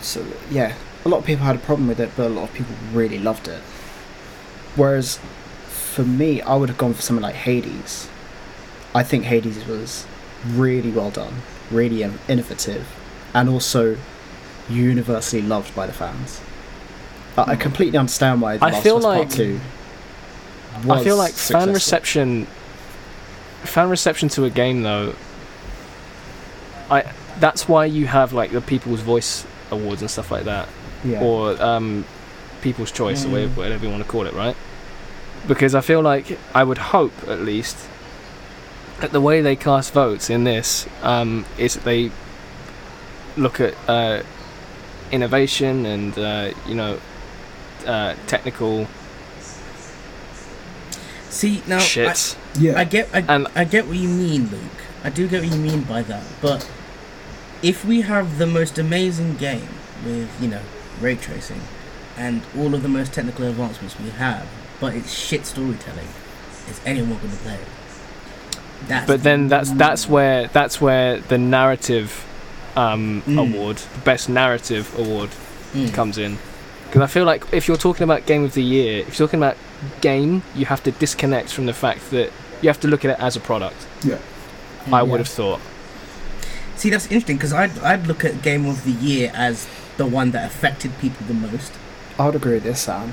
Speaker 2: so yeah, a lot of people had a problem with it, but a lot of people really loved it. Whereas, for me, I would have gone for something like Hades. I think Hades was really well done, really in- innovative, and also universally loved by the fans. But I completely understand why The
Speaker 3: Hmm. I
Speaker 2: Last
Speaker 3: feel
Speaker 2: of Us Part
Speaker 3: like-
Speaker 2: Two.
Speaker 3: I feel
Speaker 2: was
Speaker 3: like fan
Speaker 2: successful.
Speaker 3: reception. Fan reception to a game though. I. That's why you have like the People's Voice Awards and stuff like that,
Speaker 2: Yeah.
Speaker 3: or um, People's Choice or
Speaker 4: Mm.
Speaker 3: whatever- whatever you want to call it, right? Because I feel like I would hope at least that the way they cast votes in this um, is that they look at uh, innovation and uh, you know uh, technical
Speaker 4: See now,
Speaker 3: shit.
Speaker 4: I, I
Speaker 1: Yeah,
Speaker 4: get, I,
Speaker 3: And-
Speaker 4: I get what you mean, Luke. I do get what you mean by that. But if we have the most amazing game with you know ray tracing and all of the most technical advancements we have, but it's shit storytelling, is anyone going to play it? That's
Speaker 3: but then that's
Speaker 4: Mm.
Speaker 3: that's where that's where the narrative um,
Speaker 4: Mm.
Speaker 3: award, the best narrative award,
Speaker 4: Mm.
Speaker 3: comes in. Because I feel like if you're talking about game of the year, if you're talking about game, you have to disconnect from the fact that you have to look at it as a product.
Speaker 1: yeah.
Speaker 3: I
Speaker 2: Yeah.
Speaker 3: would have thought.
Speaker 4: See, that's interesting because I'd, I'd look at Game of the Year as the one that affected people the most.
Speaker 2: I would agree with this, Sam.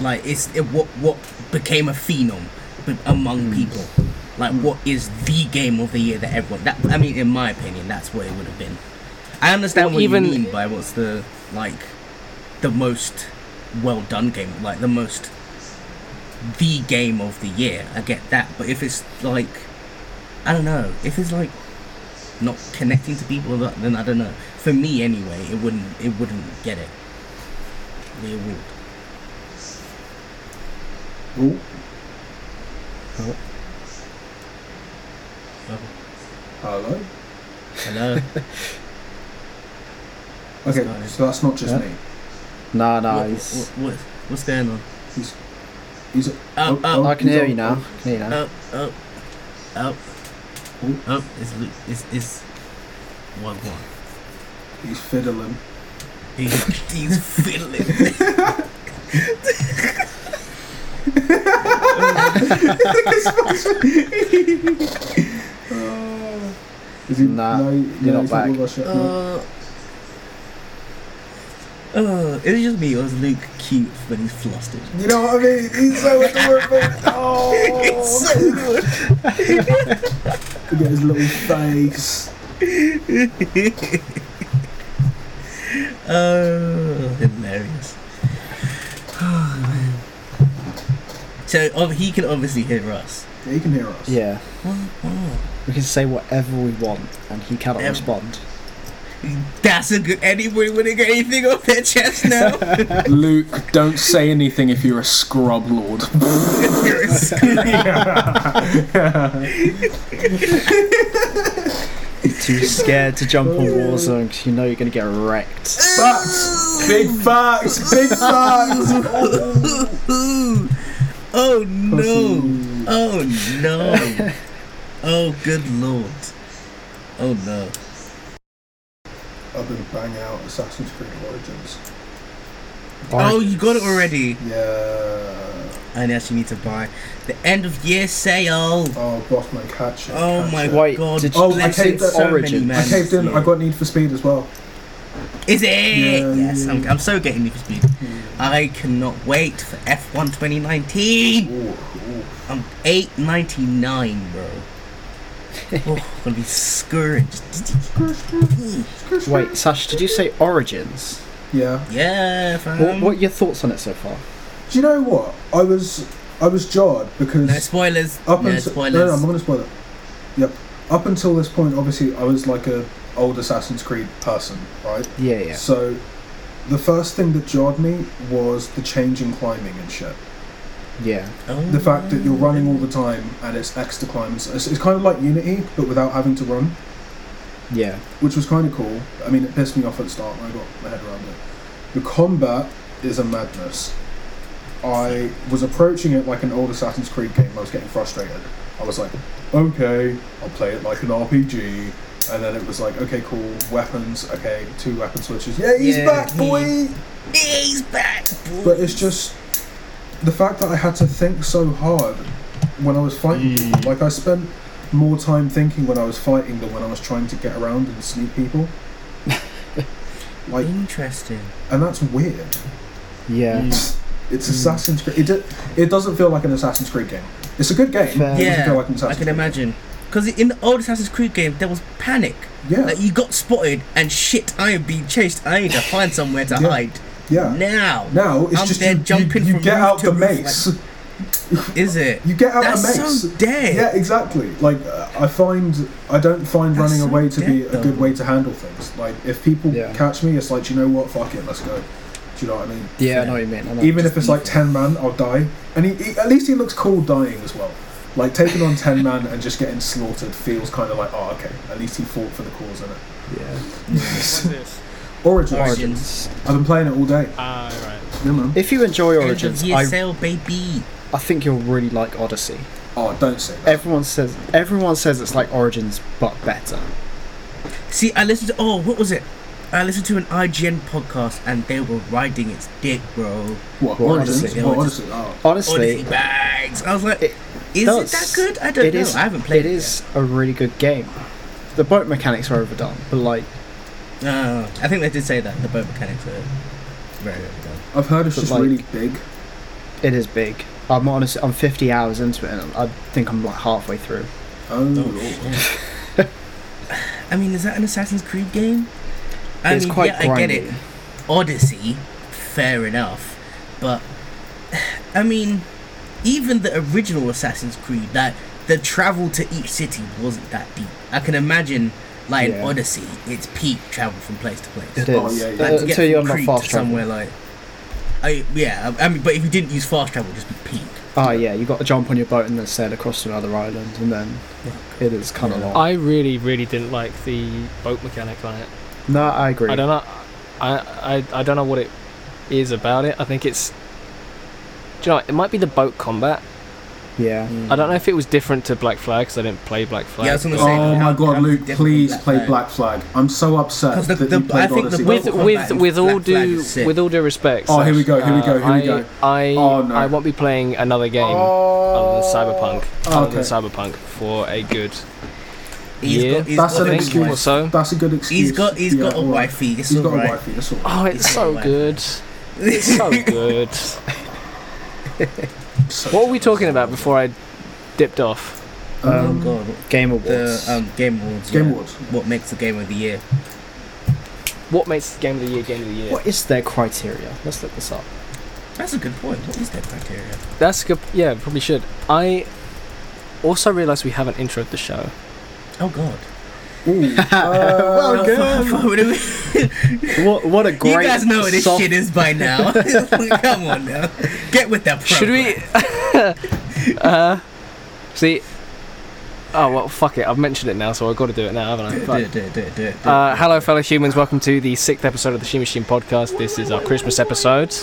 Speaker 4: Like it's it, what what became a phenom b- among people. Like what is the game of the year that everyone? That I mean, in my opinion, that's what it would have been. I understand
Speaker 3: Or
Speaker 4: what
Speaker 3: even-
Speaker 4: you mean by what's the like the most well done game, like the most the game of the year. I get that, but if it's like I don't know, if it's like not connecting to people, th- then I don't know. For me, anyway, it wouldn't it wouldn't get it. The award.
Speaker 1: Ooh, hello.
Speaker 4: Hello.
Speaker 1: Okay,
Speaker 4: Sorry.
Speaker 1: so that's not just
Speaker 2: Yeah.
Speaker 1: me.
Speaker 2: Nah, nah.
Speaker 4: What-
Speaker 2: he's-
Speaker 4: what, what, what's going on?
Speaker 1: He's
Speaker 4: Oh,
Speaker 2: Oh,
Speaker 4: oh,
Speaker 2: I can
Speaker 1: he's
Speaker 2: hear
Speaker 1: on-
Speaker 2: you now. I can hear you now.
Speaker 4: oh, oh, oh, oh, it's, Lu- it's, it's, what, what?
Speaker 1: He's fiddling.
Speaker 4: He's, he's fiddling.
Speaker 2: Oh.
Speaker 1: Uh, is he,
Speaker 2: Nah,
Speaker 1: no, no,
Speaker 2: you're not
Speaker 1: he's not
Speaker 2: back.
Speaker 1: with us yet, no.
Speaker 2: Oh.
Speaker 4: Uh, uh, it was just me, or is Luke cute when he's flustered?
Speaker 1: You know what I mean? He's so
Speaker 2: *laughs*
Speaker 1: adorable. Oh, Look at his little face.
Speaker 4: Oh, hilarious. *sighs* Oh, man. So ob- he can obviously hear us.
Speaker 1: Yeah, he can hear us.
Speaker 2: Yeah,
Speaker 4: Wow, wow.
Speaker 2: we can say whatever we want, and he cannot
Speaker 4: Yeah.
Speaker 2: respond.
Speaker 4: That's a good. Anybody want to get anything off their chest now?
Speaker 5: Luke, don't say anything if you're a scrub lord.
Speaker 4: You're a s-
Speaker 2: Too scared to jump on Warzone because you know you're gonna get wrecked.
Speaker 1: Facts. Big facts. Big facts.
Speaker 4: Ooh. *laughs* oh no! Oh no! Oh good lord! Oh no!
Speaker 1: I've been bang out Assassin's Creed Origins.
Speaker 4: Oh, you got it already.
Speaker 1: Yeah.
Speaker 4: I actually need to buy the end of year sale.
Speaker 1: Oh, boss man, catch it.
Speaker 4: Oh
Speaker 1: catch
Speaker 4: my
Speaker 1: it.
Speaker 2: Wait,
Speaker 4: god!
Speaker 2: did-
Speaker 1: Oh, I
Speaker 4: Blessed
Speaker 1: caved at-
Speaker 4: so many
Speaker 2: Origin. I
Speaker 1: I
Speaker 4: men.
Speaker 1: caved in. I got Need for Speed as well.
Speaker 4: Is it?
Speaker 1: Yeah,
Speaker 4: yes,
Speaker 1: yeah,
Speaker 4: I'm,
Speaker 1: yeah.
Speaker 4: I'm so getting Need for Speed. I cannot wait for F1 2019.
Speaker 1: Ooh, ooh.
Speaker 4: I'm
Speaker 1: *laughs*
Speaker 4: 8.99, bro. oh, I'm gonna be scourged. *laughs*
Speaker 2: Wait, Sash, did you say Origins?
Speaker 1: Yeah.
Speaker 4: yeah,
Speaker 2: Wha-
Speaker 4: fam.
Speaker 2: what, are your thoughts on it so far?
Speaker 1: Do you know what? I was I was jarred because
Speaker 4: No spoilers.
Speaker 1: up
Speaker 4: no
Speaker 1: until
Speaker 4: spoilers.
Speaker 1: no, no, I'm not gonna spoil it. Yep. Up until this point, obviously, I was like a old Assassin's Creed person, right?
Speaker 2: Yeah, yeah.
Speaker 1: So, the first thing that jarred me was the change in climbing and shit.
Speaker 2: Yeah.
Speaker 4: Oh.
Speaker 1: The fact that you're running all the time and it's X to climb. It's, it's kind of like Unity, but without having to run.
Speaker 2: Yeah.
Speaker 1: which was kind of cool. I mean, it pissed me off at the start when I got my head around it. The combat is a madness. I was approaching it like an old Assassin's Creed game. I was getting frustrated. I was like, okay, I'll play it like an RPG. And then it was like, okay, cool, weapons, okay, two weapon switches. Yeah, he's
Speaker 4: Yeah,
Speaker 1: back,
Speaker 4: he-
Speaker 1: boy!
Speaker 4: He's back. boy.
Speaker 1: But it's just the fact that I had to think so hard when I was fighting. people. Like, I spent more time thinking when I was fighting than when I was trying to get around and sneak people. like,
Speaker 4: interesting.
Speaker 1: and that's weird.
Speaker 2: Yeah.
Speaker 1: Mm. It's Assassin's Creed. It, do- it doesn't feel like an Assassin's Creed game. It's a good game.
Speaker 2: Fair.
Speaker 1: It doesn't
Speaker 4: yeah,
Speaker 1: feel like an
Speaker 4: I
Speaker 1: Assassin's
Speaker 4: can
Speaker 1: Creed
Speaker 4: imagine. Because in the old Assassin's Creed game, there was panic.
Speaker 1: game. Yeah,
Speaker 4: Like you got spotted, and shit, I am being chased. I need to find somewhere to
Speaker 1: Yeah.
Speaker 4: hide
Speaker 1: yeah.
Speaker 4: now.
Speaker 1: Now it's
Speaker 4: I'm
Speaker 1: just
Speaker 4: there
Speaker 1: you,
Speaker 4: jumping
Speaker 1: you, you
Speaker 4: from
Speaker 1: get
Speaker 4: roof
Speaker 1: out
Speaker 4: to
Speaker 1: the
Speaker 4: roof,
Speaker 1: mace.
Speaker 4: Is it?
Speaker 1: you get out
Speaker 4: That's
Speaker 1: the mace.
Speaker 4: so *laughs* dead.
Speaker 1: Yeah, exactly. Like uh, I find I don't find
Speaker 4: That's
Speaker 1: running
Speaker 4: so
Speaker 1: away to be
Speaker 4: dead,
Speaker 1: a good
Speaker 4: though.
Speaker 1: way to handle things. Like if people
Speaker 2: Yeah.
Speaker 1: catch me, it's like "Do you know what, fuck it, let's go. Do you know what I mean?
Speaker 2: Yeah, I know what you mean. I know.
Speaker 1: Even
Speaker 4: just
Speaker 1: if it's like
Speaker 4: leave it.
Speaker 1: ten man, I'll die. And he, he, at least he looks cool dying as well. Like taking on ten man and just getting slaughtered feels kind of like oh okay. At least he fought for the cause in it.
Speaker 2: yeah.
Speaker 3: What's this?
Speaker 1: Origins.
Speaker 4: Origin.
Speaker 2: Origins.
Speaker 1: I've been playing it all day.
Speaker 3: Ah, right.
Speaker 1: Yeah, man.
Speaker 2: If you enjoy
Speaker 4: End of
Speaker 2: Origins,
Speaker 4: year
Speaker 2: I,
Speaker 4: sale, baby.
Speaker 2: I think you'll really like Odyssey.
Speaker 1: Oh, don't say that.
Speaker 2: Everyone says everyone says it's like Origins but better.
Speaker 4: See, I listened to oh, what was it? I listened to an IGN podcast, and they were riding its dick, bro.
Speaker 1: What,
Speaker 2: Well,
Speaker 1: Origins?
Speaker 2: Odyssey.
Speaker 1: What,
Speaker 4: Yeah,
Speaker 1: Odyssey? Oh.
Speaker 2: Honestly,
Speaker 4: Odyssey bags. I was like,
Speaker 2: It
Speaker 4: is
Speaker 2: does.
Speaker 4: it that good? I don't
Speaker 2: It
Speaker 4: know.
Speaker 2: is-
Speaker 4: I haven't played
Speaker 2: it
Speaker 4: it.
Speaker 2: is a really good game. The boat mechanics are overdone, but like
Speaker 4: yet. Uh, I think they did say that the boat mechanics are very overdone.
Speaker 1: Oh. I've heard it's
Speaker 2: But
Speaker 1: just
Speaker 2: like-
Speaker 1: really big.
Speaker 2: It is big. I'm honestly, I'm 50 hours into it, and I think I'm like halfway through.
Speaker 1: Oh,
Speaker 4: Oh,
Speaker 2: *laughs*
Speaker 4: shit. I mean, is that an Assassin's Creed game? I
Speaker 2: it's
Speaker 4: mean,
Speaker 2: quite
Speaker 4: yeah, I get
Speaker 2: grindy.
Speaker 4: it. Odyssey, fair enough, but *sighs* I mean, even the original Assassin's Creed, that the travel to each city wasn't that deep. I can imagine, like an
Speaker 2: Yeah.
Speaker 4: Odyssey, it's peak travel from place to place.
Speaker 2: It is.
Speaker 1: Oh, yeah, yeah.
Speaker 4: Like,
Speaker 2: Uh,
Speaker 4: to get
Speaker 2: until
Speaker 4: from
Speaker 2: you're not
Speaker 4: Crete
Speaker 2: fast
Speaker 4: to
Speaker 2: travel.
Speaker 4: somewhere like, I yeah, I I mean, but if you didn't use fast travel, it'd just be peak.
Speaker 2: Oh yeah, you got to jump on your boat and then sail across to another island, and then it is kind of
Speaker 4: Yeah.
Speaker 2: long.
Speaker 3: I really, really didn't like the boat mechanic on it.
Speaker 2: no, I agree.
Speaker 3: I don't know. I, I I don't know what it is about it. I think it's. Do you know? what, It might be the boat combat.
Speaker 2: yeah,
Speaker 4: Mm.
Speaker 3: I don't know if it was different to Black Flag because I didn't play Black Flag.
Speaker 4: Yeah, I was gonna say.
Speaker 1: Oh my
Speaker 4: how-
Speaker 1: god,
Speaker 4: how
Speaker 1: Luke!
Speaker 4: different
Speaker 1: Please
Speaker 4: Black
Speaker 1: play
Speaker 4: Flag.
Speaker 1: Black Flag. I'm so
Speaker 4: 'Cause
Speaker 1: upset
Speaker 4: the-
Speaker 1: that
Speaker 4: the-
Speaker 1: you played
Speaker 4: I think the
Speaker 1: Odyssey.
Speaker 4: boat-
Speaker 3: with
Speaker 4: Mortal
Speaker 3: with
Speaker 4: Kombat
Speaker 3: with
Speaker 4: and
Speaker 3: all
Speaker 4: Black Flag
Speaker 3: due
Speaker 4: is sick.
Speaker 3: with all due respect.
Speaker 1: Oh, here we
Speaker 3: Sash,
Speaker 1: go, here we go, here we
Speaker 3: I,
Speaker 1: go.
Speaker 3: I
Speaker 1: Oh, no. Oh.
Speaker 3: I won't be playing another game other than Cyberpunk, other
Speaker 1: okay.
Speaker 3: than Cyberpunk for a good
Speaker 4: He's
Speaker 3: Yeah.
Speaker 4: got, he's
Speaker 1: That's
Speaker 4: got
Speaker 1: an
Speaker 4: a
Speaker 3: thing
Speaker 1: excuse.
Speaker 3: or so.
Speaker 1: That's a good excuse.
Speaker 4: He's got he's
Speaker 1: Yeah,
Speaker 4: got a
Speaker 1: all right.
Speaker 4: wifey. It's
Speaker 1: He's got
Speaker 4: all
Speaker 1: a
Speaker 4: right.
Speaker 1: wifey. That's all. right.
Speaker 3: Oh, it's
Speaker 4: It's
Speaker 3: so
Speaker 4: so
Speaker 3: good.
Speaker 1: *laughs*
Speaker 3: It's so good.
Speaker 1: So-
Speaker 3: What were we talking about before I dipped off?
Speaker 4: *laughs* Oh
Speaker 1: Um,
Speaker 4: god,
Speaker 2: Game Awards.
Speaker 4: the um, Game Awards.
Speaker 1: Game
Speaker 4: yeah.
Speaker 1: Awards.
Speaker 4: *laughs* What makes the Game of the Year?
Speaker 3: What makes the game of the year game of the year?
Speaker 2: What is their criteria? Let's look this up.
Speaker 4: That's a good point. What is their criteria?
Speaker 3: That's good. Yeah, probably should. I also realised we haven't introed the show.
Speaker 4: Oh god.
Speaker 1: Ooh, uh,
Speaker 2: Well,
Speaker 4: How far- how far would
Speaker 3: *laughs*
Speaker 4: it
Speaker 2: What what a
Speaker 4: be?
Speaker 2: great
Speaker 4: *laughs* you guys know what this
Speaker 2: soft-
Speaker 4: shit is
Speaker 3: *laughs*
Speaker 4: by now. *laughs* Come on now, get with that. Program.
Speaker 3: Should we? *laughs* uh, see. Oh well, fuck it. I've mentioned it now, so I've got to do it now, haven't
Speaker 4: Do
Speaker 3: I?
Speaker 4: it,
Speaker 3: Fuck.
Speaker 4: do it, do it, do it, do it. do
Speaker 3: Uh,
Speaker 4: it.
Speaker 3: hello, fellow humans. Welcome to the sixth episode of the She Machine podcast. This is our Christmas episode.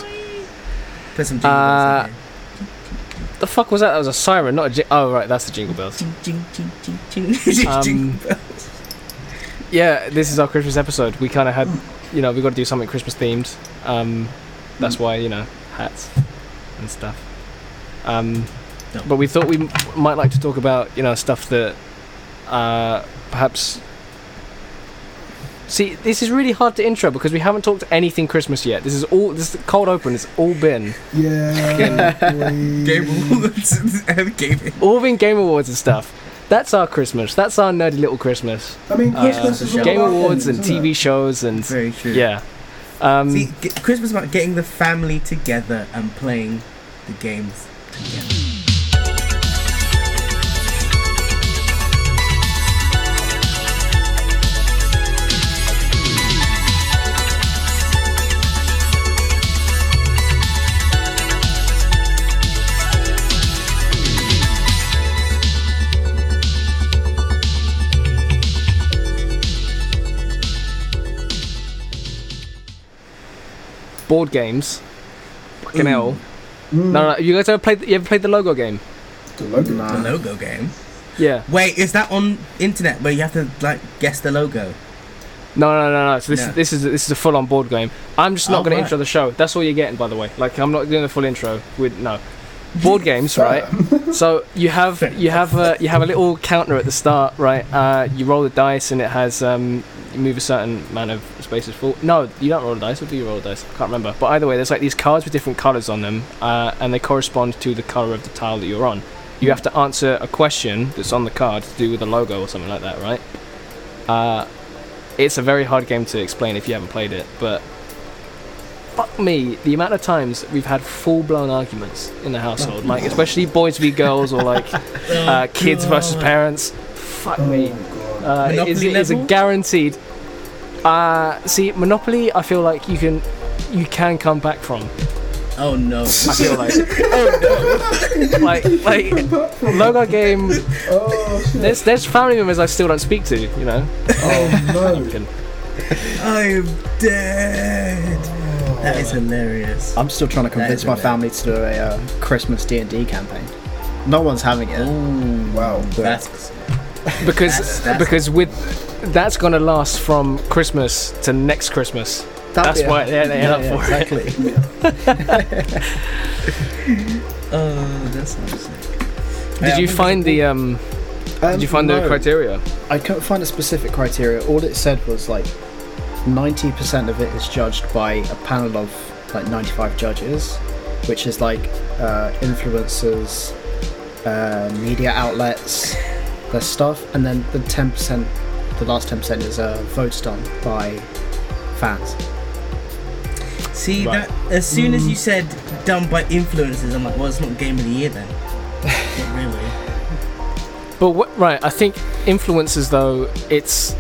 Speaker 4: Put some
Speaker 3: uh,
Speaker 4: jingles in
Speaker 3: The fuck was that? That was a siren, not a. Ji- oh right, that's the jingle bells.
Speaker 4: there. Ching, ching, ching, *laughs* ching, ching.
Speaker 3: Um, yeah, this is our Christmas episode. We kind of had, you know, we got to do something Christmas themed. Um, that's why you know hats and stuff. Um,
Speaker 4: No.
Speaker 3: but we thought we m- might like to talk about you know stuff that uh, perhaps. See, this is really hard to intro because we haven't talked anything Christmas yet. This is all this cold open. has all been
Speaker 1: yeah.
Speaker 3: um,
Speaker 1: boy.
Speaker 4: Game Awards. *laughs* Game
Speaker 3: all been Game Awards and stuff. That's our Christmas. That's our nerdy little Christmas.
Speaker 1: I mean,
Speaker 3: Uh,
Speaker 1: Christmas is all
Speaker 3: Game
Speaker 1: about
Speaker 3: Awards and
Speaker 1: games, isn't
Speaker 3: TV
Speaker 1: it?
Speaker 3: shows and
Speaker 4: Very true.
Speaker 3: yeah. Um,
Speaker 4: See, g- Christmas is about getting the family together and playing the games together.
Speaker 3: board games. Fucking
Speaker 4: Ooh.
Speaker 3: hell.
Speaker 1: Mm.
Speaker 3: No, no, you guys ever played? You ever played the logo game?
Speaker 1: The logo.
Speaker 2: Nah.
Speaker 4: The logo game.
Speaker 3: Yeah.
Speaker 4: Wait, is that on internet where you have to like guess the logo?
Speaker 3: No, no, no, no. So this,
Speaker 4: No.
Speaker 3: this is this is a full-on board game. I'm just not
Speaker 4: Oh,
Speaker 3: going to
Speaker 4: right.
Speaker 3: intro the show. That's all you're getting, by the way. Like, I'm not doing the full intro with no
Speaker 4: *laughs*
Speaker 3: board games, right? so you have you have a, you have a little counter at the start, right? Uh, you roll the dice, and it has um, you move a certain amount of spaces full. No, you don't roll the dice. Or do you roll the dice? I can't remember. But either way, there's like these cards with different colours on them, uh, and they correspond to the colour of the tile that you're on. You have to answer a question that's on the card to do with a logo or something like that, right? Uh, it's a very hard game to explain if you haven't played it, but fuck me, the amount of times we've had full-blown arguments in the household, like especially boys v girls or like uh, kids versus parents. Fuck me.
Speaker 1: Oh.
Speaker 3: Uh,
Speaker 4: Monopoly
Speaker 3: is, is a
Speaker 4: level?
Speaker 3: guaranteed. Uh, see, Monopoly, I feel like you can you can come back from.
Speaker 4: Oh no.
Speaker 3: I feel like *laughs* like like logo game.
Speaker 1: Oh, shit.
Speaker 3: There's there's family members I still don't speak to. You know.
Speaker 1: oh no.
Speaker 4: *laughs*
Speaker 3: Fucking-
Speaker 4: I'm dead. That is hilarious.
Speaker 2: I'm still trying to convince
Speaker 4: is
Speaker 2: my
Speaker 4: amazing.
Speaker 2: family to do a uh, Christmas D and D campaign. No one's having it.
Speaker 1: Wow.
Speaker 2: but-
Speaker 4: That's
Speaker 3: because
Speaker 4: That's- that's-
Speaker 3: because with that's gonna last from Christmas to next Christmas. That's
Speaker 2: yeah.
Speaker 3: why they, they end
Speaker 2: Yeah,
Speaker 3: up
Speaker 2: yeah,
Speaker 3: for it.
Speaker 2: exactly.
Speaker 4: oh, that sounds sick.
Speaker 3: Did you find the um? *laughs* Did you find the criteria?
Speaker 2: Um, I couldn't find a specific criteria. All it said was like ninety percent of it is judged by a panel of like 95 judges, which is like uh, influencers, uh, media outlets, their stuff, and then the 10%, the last 10% is uh, votes done by fans.
Speaker 4: See
Speaker 3: Right.
Speaker 4: that as soon as you said done by influencers, I'm like, well, it's not game of the year then. *laughs* not really.
Speaker 3: But what, right, I think influencers though it's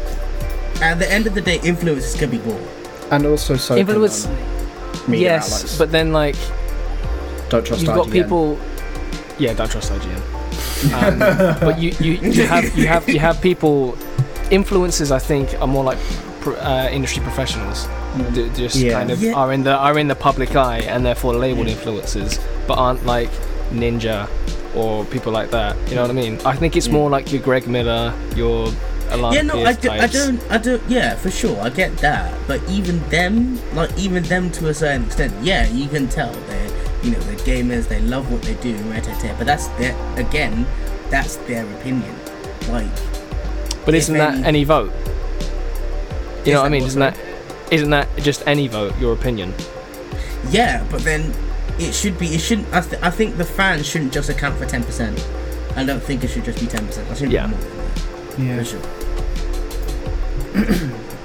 Speaker 4: At the end of the day, influencers can be bought.
Speaker 2: And also, so can,
Speaker 3: Influence-
Speaker 2: um, media
Speaker 3: yes,
Speaker 2: outlets.
Speaker 3: but then like
Speaker 2: don't trust
Speaker 3: you've got
Speaker 2: IGN.
Speaker 3: people. Yeah, don't trust IGN. Um, but you, you, you have you have you have people. Influencers, I think, are more like pro, uh, industry professionals. that just
Speaker 2: Yeah.
Speaker 3: kind of
Speaker 4: Yeah.
Speaker 3: are in the are in the public eye and therefore labeled influencers, but aren't like Ninja or people like that. You know what I mean? I think it's more like your Greg Miller, your Alana
Speaker 4: yeah, no, I,
Speaker 3: Pierce
Speaker 4: do, I
Speaker 3: types.
Speaker 4: don't, I don't. Yeah, for sure, I get that. But even them, like even them to a certain extent, yeah, you can tell they're, you know, they're gamers. They love what they do, right? right, right, But that's their, again, that's their opinion. Like,
Speaker 3: But
Speaker 4: if
Speaker 3: isn't that
Speaker 4: any-
Speaker 3: any vote? You know what I
Speaker 4: that
Speaker 3: mean?
Speaker 4: what,
Speaker 3: Isn't that isn't that just any vote? Your opinion?
Speaker 4: yeah, but then it should be. It shouldn't. I, th- I think the fans shouldn't just account for ten percent. I don't think it should just be ten percent. I shouldn't
Speaker 3: Yeah.
Speaker 4: be more than that, for
Speaker 2: Yeah.
Speaker 4: sure.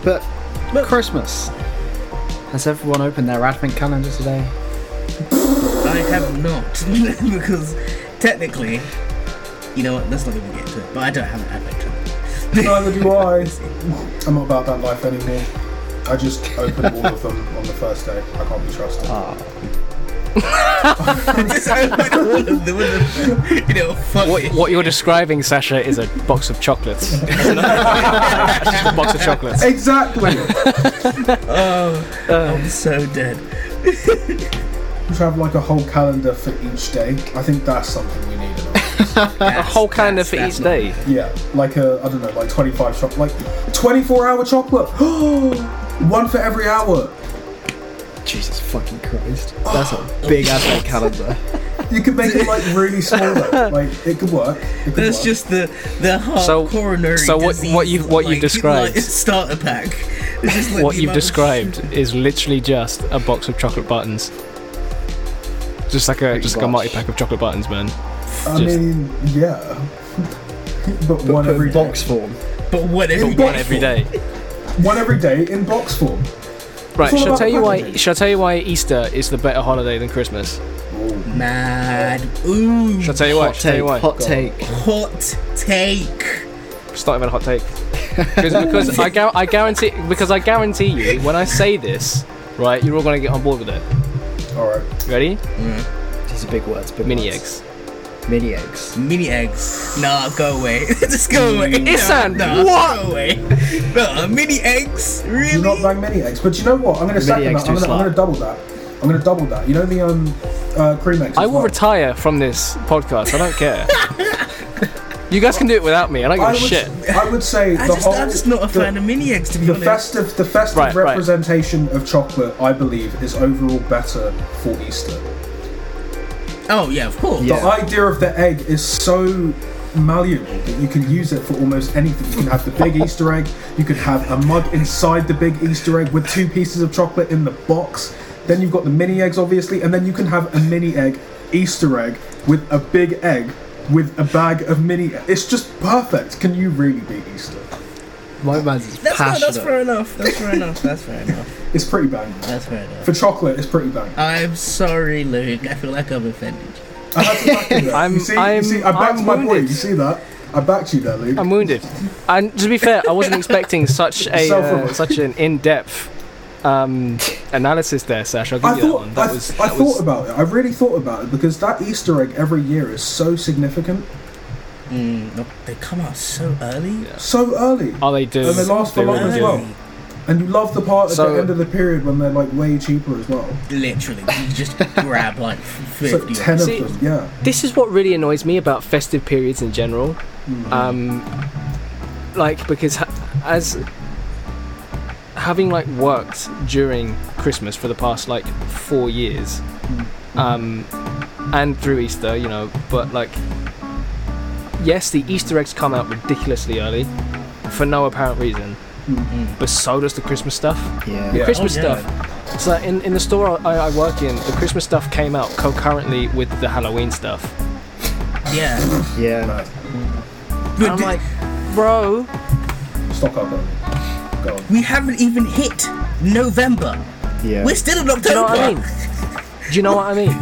Speaker 2: But look, Christmas. Has everyone opened their advent calendar today?
Speaker 4: I have not, *laughs* because technically, you know what? Let's not even get to it. But I don't have an advent calendar.
Speaker 1: Neither do I. I'm not about that life anymore. I just open all of them on the first day. I can't be trusted.
Speaker 4: Ah. Just open all of them and, *laughs* you know, fuck
Speaker 3: What,
Speaker 4: it.
Speaker 3: what you're describing, Sasha, is a box of chocolates. It's just a box of chocolates.
Speaker 1: Exactly.
Speaker 4: Oh, I'm so dead.
Speaker 1: We should have like a whole calendar for each day. I think that's something we
Speaker 4: *laughs*
Speaker 1: need. in our-
Speaker 4: That's-
Speaker 3: whole calendar
Speaker 4: that's-
Speaker 3: for
Speaker 4: that's
Speaker 3: each
Speaker 4: not-
Speaker 3: day.
Speaker 1: Yeah, like a I don't know, like 25 chocolate, like 24 hour chocolate. *gasps* One for every hour.
Speaker 2: Jesus fucking Christ. That's a big advent calendar.
Speaker 1: You could make it like really small.
Speaker 4: *laughs*
Speaker 1: Though. Like it could work. It could
Speaker 4: That's
Speaker 1: work.
Speaker 4: just the the heart
Speaker 3: So-
Speaker 4: coronary.
Speaker 3: so what-
Speaker 4: disease,
Speaker 3: what you've- what you've
Speaker 4: like- *laughs*
Speaker 3: described-
Speaker 4: like starter pack. It's just like
Speaker 3: What
Speaker 4: the
Speaker 3: you've
Speaker 4: amount of-
Speaker 3: described is literally just a box of chocolate buttons. Just like a just like a
Speaker 2: much.
Speaker 3: multi pack of chocolate buttons, man.
Speaker 1: I
Speaker 3: just-
Speaker 1: mean, yeah. *laughs* but, one
Speaker 2: Put
Speaker 1: every
Speaker 2: in
Speaker 1: box.
Speaker 2: box form.
Speaker 4: But whatever.
Speaker 1: But
Speaker 4: you
Speaker 1: what
Speaker 3: One every day.
Speaker 1: One every day in box form.
Speaker 3: Right?
Speaker 1: all
Speaker 3: Shall I
Speaker 1: about
Speaker 3: tell you why?
Speaker 1: packaging.
Speaker 3: Shall I tell you why Easter is the better holiday than Christmas?
Speaker 4: want. Mad. Ooh.
Speaker 3: Shall I tell you why?
Speaker 2: Hot
Speaker 3: Shall I tell you
Speaker 2: take.
Speaker 3: why?
Speaker 2: Hot take.
Speaker 4: Hot take.
Speaker 3: It's not even a hot take. 'Cause- because I, gar- I guarantee because I guarantee you when I say this, right, you're all gonna get on board with it.
Speaker 1: All right.
Speaker 3: Ready?
Speaker 2: These are big words. Big
Speaker 3: Mini
Speaker 2: words.
Speaker 3: eggs.
Speaker 2: Mini eggs.
Speaker 4: Mini eggs. Nah, go away. *laughs* Just go away.
Speaker 3: Isan,
Speaker 4: nah, nah, Go away. *laughs* Nah, mini eggs.
Speaker 1: Do not
Speaker 4: Really?
Speaker 1: bang many eggs. But you know what? I'm going to sack them
Speaker 2: eggs
Speaker 1: out. I'm
Speaker 2: do
Speaker 1: gonna- I'm
Speaker 2: slap.
Speaker 1: going to double that. I'm going to double that. You know the um uh, cream eggs.
Speaker 3: I
Speaker 1: as
Speaker 3: will
Speaker 1: well?
Speaker 3: retire from this podcast. I don't
Speaker 1: *laughs*
Speaker 3: care. you guys can do it without me. I don't give
Speaker 1: I
Speaker 3: a
Speaker 1: would,
Speaker 3: shit.
Speaker 1: I would say
Speaker 4: I
Speaker 1: the
Speaker 4: just,
Speaker 1: whole.
Speaker 4: I'm just not a
Speaker 1: the-
Speaker 4: fan of mini eggs to be
Speaker 1: The
Speaker 4: honest.
Speaker 1: festive, the festive
Speaker 3: Right, right.
Speaker 1: representation of chocolate, I believe, is overall better for Easter.
Speaker 4: oh yeah, of course.
Speaker 1: The idea of the egg is so malleable that you can use it for almost anything. You can have the big Easter egg, you could have a mug inside the big Easter egg with two pieces of chocolate in the box. Then you've got the mini eggs, obviously, and then you can have a mini egg Easter egg with a big egg with a bag of mini. It's just perfect. Can you really beat Easter?
Speaker 2: My man's is
Speaker 4: That's, not,
Speaker 2: passionate.
Speaker 4: that's fair enough. That's fair enough. *laughs* That's fair enough.
Speaker 1: It's pretty bang.
Speaker 4: That's fair enough.
Speaker 1: For chocolate, it's pretty bang.
Speaker 4: I'm sorry, Luke. I feel like I'm offended.
Speaker 1: I had to back you there.
Speaker 3: I'm-
Speaker 1: you see,
Speaker 3: I'm-
Speaker 1: you see, I backed
Speaker 3: I'm
Speaker 1: my boy.
Speaker 3: wounded.
Speaker 1: You see that? I backed you there, Luke.
Speaker 3: I'm wounded. And to be fair, I wasn't expecting such a uh,
Speaker 1: Self-aware.
Speaker 3: such an in-depth um, analysis there, Sash. I'll give
Speaker 1: I
Speaker 3: you
Speaker 1: thought
Speaker 3: that one. That
Speaker 1: I,
Speaker 3: was
Speaker 1: I
Speaker 3: that
Speaker 1: thought
Speaker 3: was
Speaker 1: about it. I really thought about it because that Easter egg every year is so significant,
Speaker 4: Mm, no, they come out so early.
Speaker 1: so early,
Speaker 3: oh they do.
Speaker 1: and they last for
Speaker 3: They
Speaker 1: long
Speaker 3: really
Speaker 1: as
Speaker 3: do.
Speaker 1: well. And you love the part at
Speaker 3: So-
Speaker 1: the end of the period when they're like way cheaper as well.
Speaker 4: Literally, you *laughs* just grab like
Speaker 1: It's like
Speaker 4: fifty.
Speaker 1: ten of
Speaker 3: See-
Speaker 1: them. Yeah,
Speaker 3: this is what really annoys me about festive periods in general.
Speaker 4: Mm.
Speaker 3: Um, like because ha- as having like worked during Christmas for the past like four years,
Speaker 4: Mm.
Speaker 3: um, and through Easter, you know, but like yes, the Easter eggs come out ridiculously early for no apparent reason, but so does the Christmas stuff.
Speaker 2: Yeah.
Speaker 1: Yeah.
Speaker 3: Christmas
Speaker 4: Oh, Mm-hmm. yeah.
Speaker 3: stuff So in, in the store I, I work in, the Christmas stuff came out concurrently with the Halloween stuff.
Speaker 4: Yeah.
Speaker 2: Yeah.
Speaker 1: Mad.
Speaker 3: And
Speaker 4: But
Speaker 3: I'm
Speaker 4: d-
Speaker 3: like, bro,
Speaker 1: Stock up on. Go on.
Speaker 4: we haven't even hit November.
Speaker 2: Yeah.
Speaker 4: We're still in
Speaker 3: do you know what I
Speaker 4: October.
Speaker 3: mean? Do you know what I mean?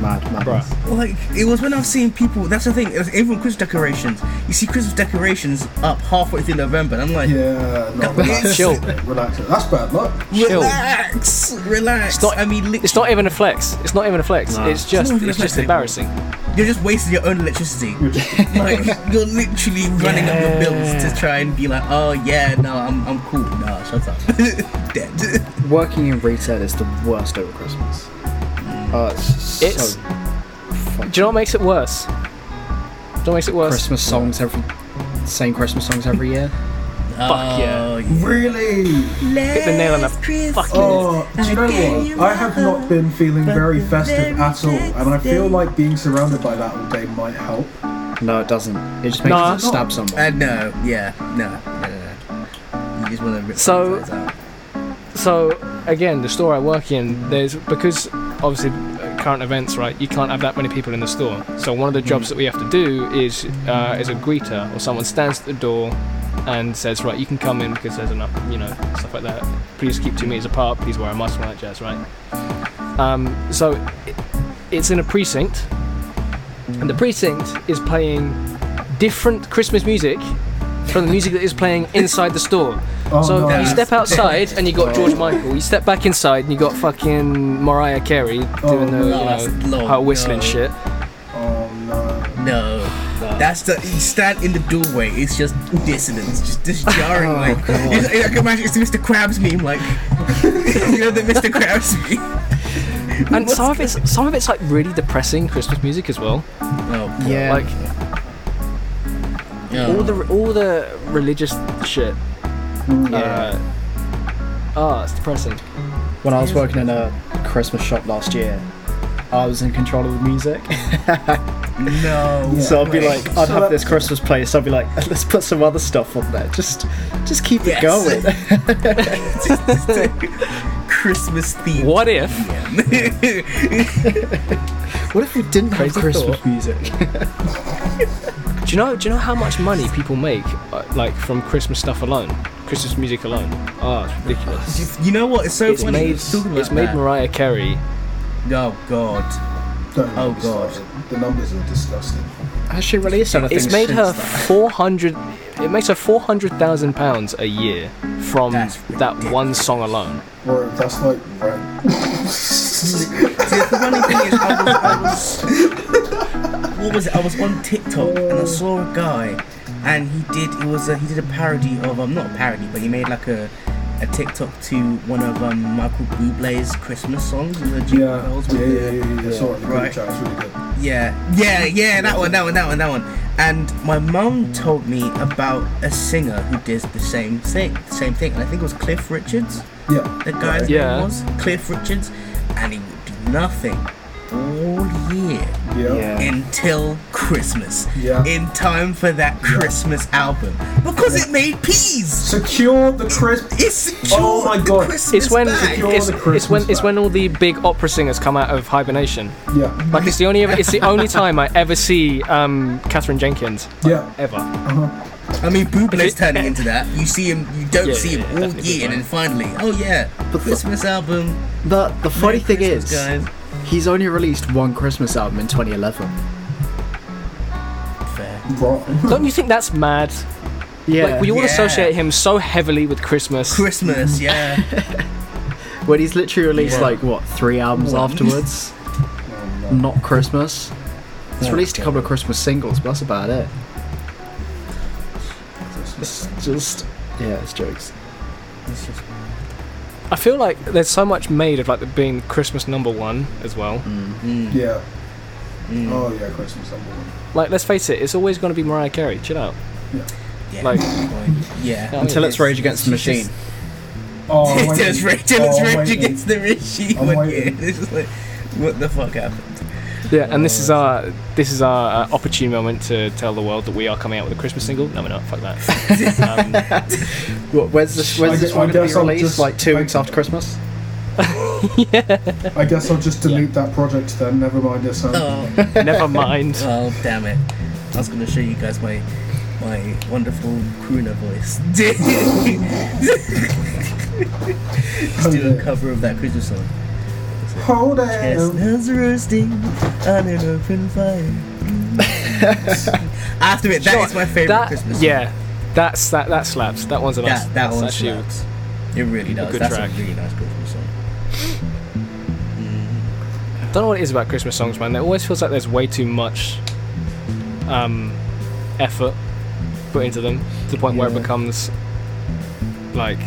Speaker 2: Mad, madness.
Speaker 4: Like it was when I've seen people. That's the thing. it's Even Christmas decorations. You see Christmas decorations up halfway through November, and I'm like,
Speaker 1: Yeah, *laughs* no, relax.
Speaker 3: Chill.
Speaker 1: Relax. That's bad luck.
Speaker 3: Chill.
Speaker 4: relax, relax.
Speaker 3: It's not-
Speaker 4: I mean, li-
Speaker 3: It's not even a flex. It's not even a flex.
Speaker 2: No.
Speaker 3: It's just
Speaker 4: It's not even a
Speaker 3: it's
Speaker 4: flex
Speaker 2: *laughs*
Speaker 3: just
Speaker 4: anymore.
Speaker 3: embarrassing.
Speaker 4: you're just wasting your own electricity. *laughs* like you're literally running up your bills to try and be like, oh yeah, no, I'm, I'm cool. No,
Speaker 2: *laughs*
Speaker 4: shut up. Dead.
Speaker 2: Working in retail is the worst over Christmas. Oh, it's,
Speaker 3: It's-
Speaker 2: so fucking-
Speaker 3: Do you know what makes it worse? Do you know what makes it worse?
Speaker 2: Christmas songs every same Christmas songs every year.
Speaker 4: Oh,
Speaker 3: yeah.
Speaker 1: Really?
Speaker 3: Hit the nail on the fucking
Speaker 1: Oh, do you know what? I have not been feeling very festive at all, and I feel like being surrounded by that all day might help.
Speaker 2: No, it doesn't. It just makes
Speaker 3: Nah.
Speaker 2: you stab someone.
Speaker 4: Uh, no, yeah, no, no, no, no. You just want to rip
Speaker 3: So-
Speaker 4: those out.
Speaker 3: So again, the store I work in, there's because obviously uh, current events, right? You can't have that many people in the store. So one of the
Speaker 2: Mm.
Speaker 3: jobs that we have to do is uh, is a greeter or someone stands at the door and says, right, you can come in because there's enough, you know, stuff like that. Please keep two meters apart. Please wear a mask, all that jazz, right? Um, so it, it's in a precinct, and the precinct is playing different Christmas music from the music that is playing inside the store.
Speaker 1: *laughs* Oh,
Speaker 3: so
Speaker 1: nice.
Speaker 3: you step outside and you got
Speaker 1: *laughs*
Speaker 3: George Michael. You step back inside and you got fucking Mariah Carey doing
Speaker 1: Oh,
Speaker 3: the you
Speaker 4: Last
Speaker 3: know,
Speaker 4: Lord,
Speaker 3: her whistling
Speaker 4: no.
Speaker 1: *laughs*
Speaker 3: shit.
Speaker 1: Oh no.
Speaker 4: No, that's the you stand in the doorway. It's just dissonance, just,
Speaker 2: *laughs*
Speaker 4: just
Speaker 2: Oh,
Speaker 4: jarring. like it's, I can imagine it's the Mr. Krabs meme, like *laughs* you know the Mr. Krabs meme.
Speaker 2: *laughs*
Speaker 3: And some of it's some of it's like really depressing Christmas music as well.
Speaker 4: Oh,
Speaker 2: Yeah.
Speaker 3: Like all the all the religious shit.
Speaker 2: Yeah.
Speaker 3: Uh, oh, it's depressing.
Speaker 2: When I was working in a Christmas shop last year, I was in control of the music. *laughs*
Speaker 4: no.
Speaker 2: so I'd be
Speaker 4: way.
Speaker 2: like, I'd
Speaker 1: So
Speaker 2: have
Speaker 1: that-
Speaker 2: this Christmas playlist. I'd be like, *laughs* let's put some other stuff on there. Just, just keep it
Speaker 4: Yes.
Speaker 2: going. *laughs*
Speaker 4: *laughs* Christmas theme. *laughs*
Speaker 3: What if
Speaker 2: what if we didn't have
Speaker 3: Crazy
Speaker 2: Christmas
Speaker 3: thought.
Speaker 2: music? *laughs*
Speaker 3: do you know do you know how much money people make uh, like from Christmas stuff alone? Christmas music alone. Oh, it's ridiculous.
Speaker 4: You know what? It's so
Speaker 3: It's
Speaker 4: funny.
Speaker 3: made
Speaker 4: It's talking about
Speaker 3: it's made
Speaker 4: that.
Speaker 3: Mariah Carey
Speaker 4: Oh God.
Speaker 1: Don't get
Speaker 4: Oh,
Speaker 1: me
Speaker 4: God.
Speaker 1: started. The numbers are disgusting.
Speaker 2: Has she released anything?
Speaker 3: It's made
Speaker 2: since
Speaker 3: her
Speaker 2: then?
Speaker 3: four hundred. It makes her four hundred thousand pounds a year from
Speaker 4: That's
Speaker 3: that one song alone.
Speaker 1: Bro, that's like rent.
Speaker 4: See, the funny thing is, I was, I was, *laughs* what was it? I was on TikTok and I saw a guy, and he did. It was a, he did a parody of um not a parody, but he made like a a TikTok to one of um Michael Bublé's Christmas songs. with The Jingle
Speaker 1: Yeah,
Speaker 4: Bells
Speaker 1: yeah,
Speaker 4: with
Speaker 1: yeah, yeah.
Speaker 4: the-
Speaker 1: yeah, yeah. Sorry, the
Speaker 4: Right.
Speaker 1: group chat was really good.
Speaker 4: yeah, yeah, yeah, that one, that one, that one, that one. And my mum told me about a singer who did the same thing, same thing. And I think it was Cliff Richards.
Speaker 1: Yeah.
Speaker 4: The guy's
Speaker 3: Yeah.
Speaker 4: name was Cliff Richards, and he would do nothing all year
Speaker 1: Yeah.
Speaker 2: Yeah.
Speaker 4: until Christmas.
Speaker 1: Yeah.
Speaker 4: In time for that Christmas album because it made peas.
Speaker 1: Secure the crisp.
Speaker 4: It secured
Speaker 1: Oh my
Speaker 4: the
Speaker 1: God.
Speaker 4: Christmas
Speaker 3: It's when
Speaker 4: bag.
Speaker 1: Secure
Speaker 3: it's,
Speaker 1: the
Speaker 3: it's when
Speaker 1: Christmas
Speaker 3: it's when
Speaker 1: bag.
Speaker 3: all the big opera singers come out of hibernation.
Speaker 1: Yeah.
Speaker 3: Like it's the only it's the only time I ever see um, Catherine Jenkins
Speaker 1: Yeah.
Speaker 3: ever.
Speaker 4: I mean,
Speaker 3: *laughs*
Speaker 4: Bublé's
Speaker 3: it-
Speaker 4: turning into that. You see him, you don't
Speaker 3: Yeah,
Speaker 4: see
Speaker 3: yeah,
Speaker 4: him
Speaker 3: yeah,
Speaker 4: all
Speaker 3: definitely
Speaker 4: year, and
Speaker 3: Bublé.
Speaker 4: then finally, oh yeah, Christmas album.
Speaker 2: The the funny
Speaker 4: Merry
Speaker 2: thing
Speaker 4: Christmas,
Speaker 2: is,
Speaker 4: guys.
Speaker 2: he's only released one Christmas album in 2011.
Speaker 4: Fair.
Speaker 1: Right.
Speaker 4: Mm.
Speaker 3: Don't you think that's mad?
Speaker 2: Yeah,
Speaker 3: Like we all
Speaker 4: Yeah.
Speaker 3: associate him so heavily with Christmas.
Speaker 4: Christmas, yeah.
Speaker 2: when he's literally released
Speaker 4: Yeah.
Speaker 2: like what three albums
Speaker 4: One.
Speaker 2: afterwards. Not Christmas. He's released a couple of Christmas singles, but that's about it. It's just yeah, it's jokes.
Speaker 4: It's just-
Speaker 3: I feel like there's so much made of like the- being Christmas number one as well.
Speaker 4: Mm.
Speaker 1: Yeah. Oh yeah, Christmas number
Speaker 4: *laughs*
Speaker 1: one.
Speaker 3: Like let's face it, it's always going to be Mariah Carey. Chill out.
Speaker 4: *laughs* yeah. *laughs*
Speaker 3: Like-
Speaker 4: yeah.
Speaker 3: Yeah.
Speaker 2: Until it's
Speaker 4: it's-
Speaker 2: Rage Against the
Speaker 4: it's just-
Speaker 2: Machine.
Speaker 1: Oh,
Speaker 4: *laughs*
Speaker 1: I'm
Speaker 4: It's just
Speaker 1: waiting.
Speaker 4: rage, it's
Speaker 1: Oh, I'm
Speaker 4: rage
Speaker 1: waiting.
Speaker 4: against the machine
Speaker 1: I'm
Speaker 4: one year. *laughs*
Speaker 1: waiting.
Speaker 4: It's just like, what the fuck happened?
Speaker 3: Yeah, and this is our this is our uh, opportune moment to tell the world that we are coming out with a Christmas single. No, we're not. Fuck
Speaker 4: *laughs*
Speaker 3: that. um,
Speaker 2: What, where's this? Where's
Speaker 1: I
Speaker 2: this
Speaker 1: guess-
Speaker 2: one
Speaker 1: I
Speaker 2: going to
Speaker 1: guess
Speaker 2: be
Speaker 1: I'll
Speaker 2: released?
Speaker 1: just-
Speaker 2: like two
Speaker 1: I-
Speaker 2: weeks after Christmas.
Speaker 1: I guess I'll just delete that project then. Never mind this. Um,
Speaker 4: Oh,
Speaker 3: Never mind.
Speaker 4: well, damn it. I was going to show you guys my my wonderful crooner voice. *laughs* Just do a cover of that Christmas song.
Speaker 1: Hold it.
Speaker 4: Chestnuts roasting on an open *laughs* fire. After it, that
Speaker 3: Sure,
Speaker 4: is my favorite
Speaker 3: that,
Speaker 4: Christmas. song.
Speaker 3: Yeah, that's that that slaps. That one's a nice.
Speaker 4: that that
Speaker 3: that's
Speaker 4: one
Speaker 3: actually-
Speaker 4: slaps. It really does.
Speaker 3: good
Speaker 4: That's
Speaker 3: track.
Speaker 4: a really nice Christmas song.
Speaker 3: I don't know what it is about Christmas songs, man. It always feels like there's way too much um, effort put into them to the point where it
Speaker 4: Yeah.
Speaker 3: becomes like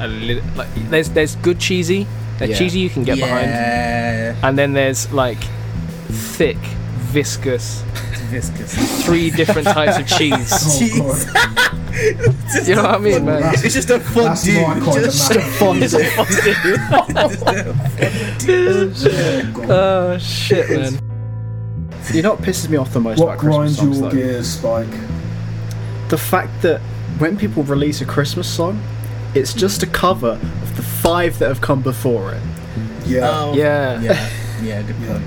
Speaker 3: a li- like there's there's good cheesy, there's
Speaker 2: Yeah.
Speaker 3: cheesy you can get behind,
Speaker 4: yeah,
Speaker 3: and then there's like thick, viscous,
Speaker 4: it's viscous.
Speaker 3: three different types of
Speaker 1: *laughs*
Speaker 3: cheese.
Speaker 1: Oh, God.
Speaker 4: Jeez. *laughs*
Speaker 3: you know what I mean, man? *laughs*
Speaker 1: That's-
Speaker 4: It's just a fondue.
Speaker 1: That's my kind of
Speaker 4: just
Speaker 1: man.
Speaker 3: It's a fondue.
Speaker 1: Oh, God.
Speaker 3: *laughs* oh shit, man.
Speaker 2: You know what pisses me off the most
Speaker 1: what
Speaker 2: about Christmas
Speaker 1: grinds
Speaker 2: songs,
Speaker 1: your
Speaker 2: though?
Speaker 1: gears, Spike?
Speaker 2: The fact that when people release a Christmas song, it's just a cover of the five that have come before it.
Speaker 1: Yeah.
Speaker 4: Oh,
Speaker 3: Yeah.
Speaker 4: yeah, yeah. Good point.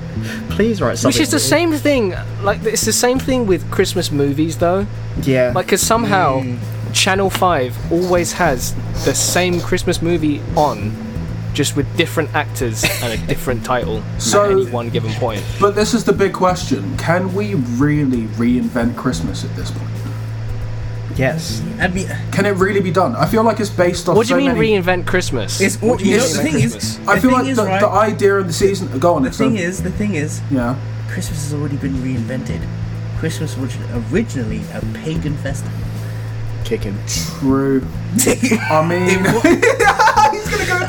Speaker 2: Please write something.
Speaker 3: Which is the
Speaker 2: new.
Speaker 3: same thing. Like it's the same thing with Christmas movies, though.
Speaker 2: Yeah.
Speaker 3: Like, cause somehow Channel Five always has the same Christmas movie on, just with different actors and a different title at
Speaker 5: So-
Speaker 3: any one given point.
Speaker 5: But this is the big question: Can we really reinvent Christmas at this point?
Speaker 2: yes.
Speaker 4: I mean,
Speaker 5: Can it really be done? I feel like it's based off.
Speaker 3: What do
Speaker 5: so
Speaker 3: you mean
Speaker 5: many...
Speaker 3: reinvent Christmas?
Speaker 4: it's
Speaker 5: What do you
Speaker 4: you know,
Speaker 5: mean
Speaker 4: the
Speaker 5: by
Speaker 4: thing is,
Speaker 3: Christmas?
Speaker 5: I
Speaker 4: the
Speaker 5: feel
Speaker 4: thing
Speaker 5: like
Speaker 4: is,
Speaker 5: the,
Speaker 4: right,
Speaker 5: the idea of the season. Go on,
Speaker 4: the thing is, the thing is,
Speaker 5: Yeah.
Speaker 4: Christmas has already been reinvented. Christmas was originally a pagan festival.
Speaker 2: Kicking.
Speaker 5: True.
Speaker 4: *laughs*
Speaker 5: I mean,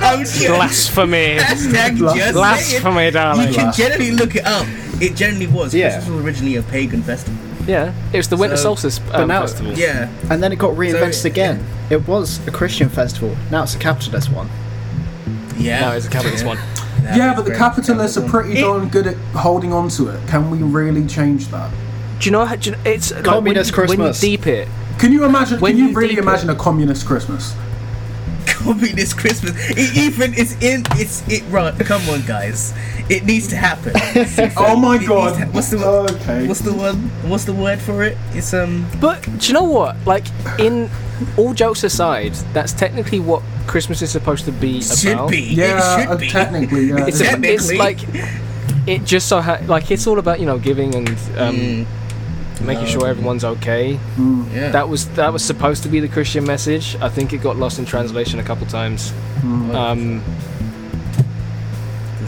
Speaker 4: I'm *laughs* just
Speaker 3: Blasphemy! *laughs*
Speaker 4: saying.
Speaker 3: Blasphemy,
Speaker 4: You
Speaker 3: darling.
Speaker 4: can generally look it up. It generally was.
Speaker 2: Yeah.
Speaker 4: Christmas was originally a pagan festival.
Speaker 3: Yeah, it was the Winter
Speaker 4: So-
Speaker 3: Solstice um,
Speaker 2: now-
Speaker 3: festival.
Speaker 4: Yeah.
Speaker 2: And then it got reinvented
Speaker 4: So-
Speaker 2: again. It was a Christian festival. Now it's a capitalist one.
Speaker 4: Yeah.
Speaker 3: No, it's a capitalist one.
Speaker 4: That
Speaker 5: yeah,
Speaker 4: is
Speaker 5: but the
Speaker 4: great.
Speaker 5: capitalists
Speaker 4: *laughs*
Speaker 5: are
Speaker 4: Capitalism.
Speaker 5: pretty darn good at holding on to it. Can we really change that?
Speaker 3: Do you know? How, do you, it's like when,
Speaker 2: Communist
Speaker 3: you, when you
Speaker 2: Christmas.
Speaker 3: deep it.
Speaker 5: Can you imagine?
Speaker 3: When
Speaker 5: can you,
Speaker 3: you
Speaker 5: really
Speaker 3: think
Speaker 5: imagine a communist Christmas?
Speaker 4: Coming this Christmas. It even is in. It's it. Right, come on, guys. It needs to happen.
Speaker 5: *laughs* Oh my
Speaker 4: It
Speaker 5: God.
Speaker 4: needs to- what's the
Speaker 5: Okay.
Speaker 4: What's the word? What's the word for it? It's um.
Speaker 3: But do you know what? Like, in all jokes aside, that's technically what Christmas is supposed to be
Speaker 4: Should
Speaker 3: about.
Speaker 4: be.
Speaker 5: Yeah,
Speaker 4: it should
Speaker 5: uh,
Speaker 4: be.
Speaker 5: technically. Yeah.
Speaker 3: It's, a, it's
Speaker 4: Technically.
Speaker 3: like it just so ha- like it's all about you know giving and um,
Speaker 4: Mm,
Speaker 3: making sure everyone's okay.
Speaker 4: *laughs* yeah.
Speaker 3: That was that was supposed to be the Christian message. I think it got lost in translation a couple times. Um,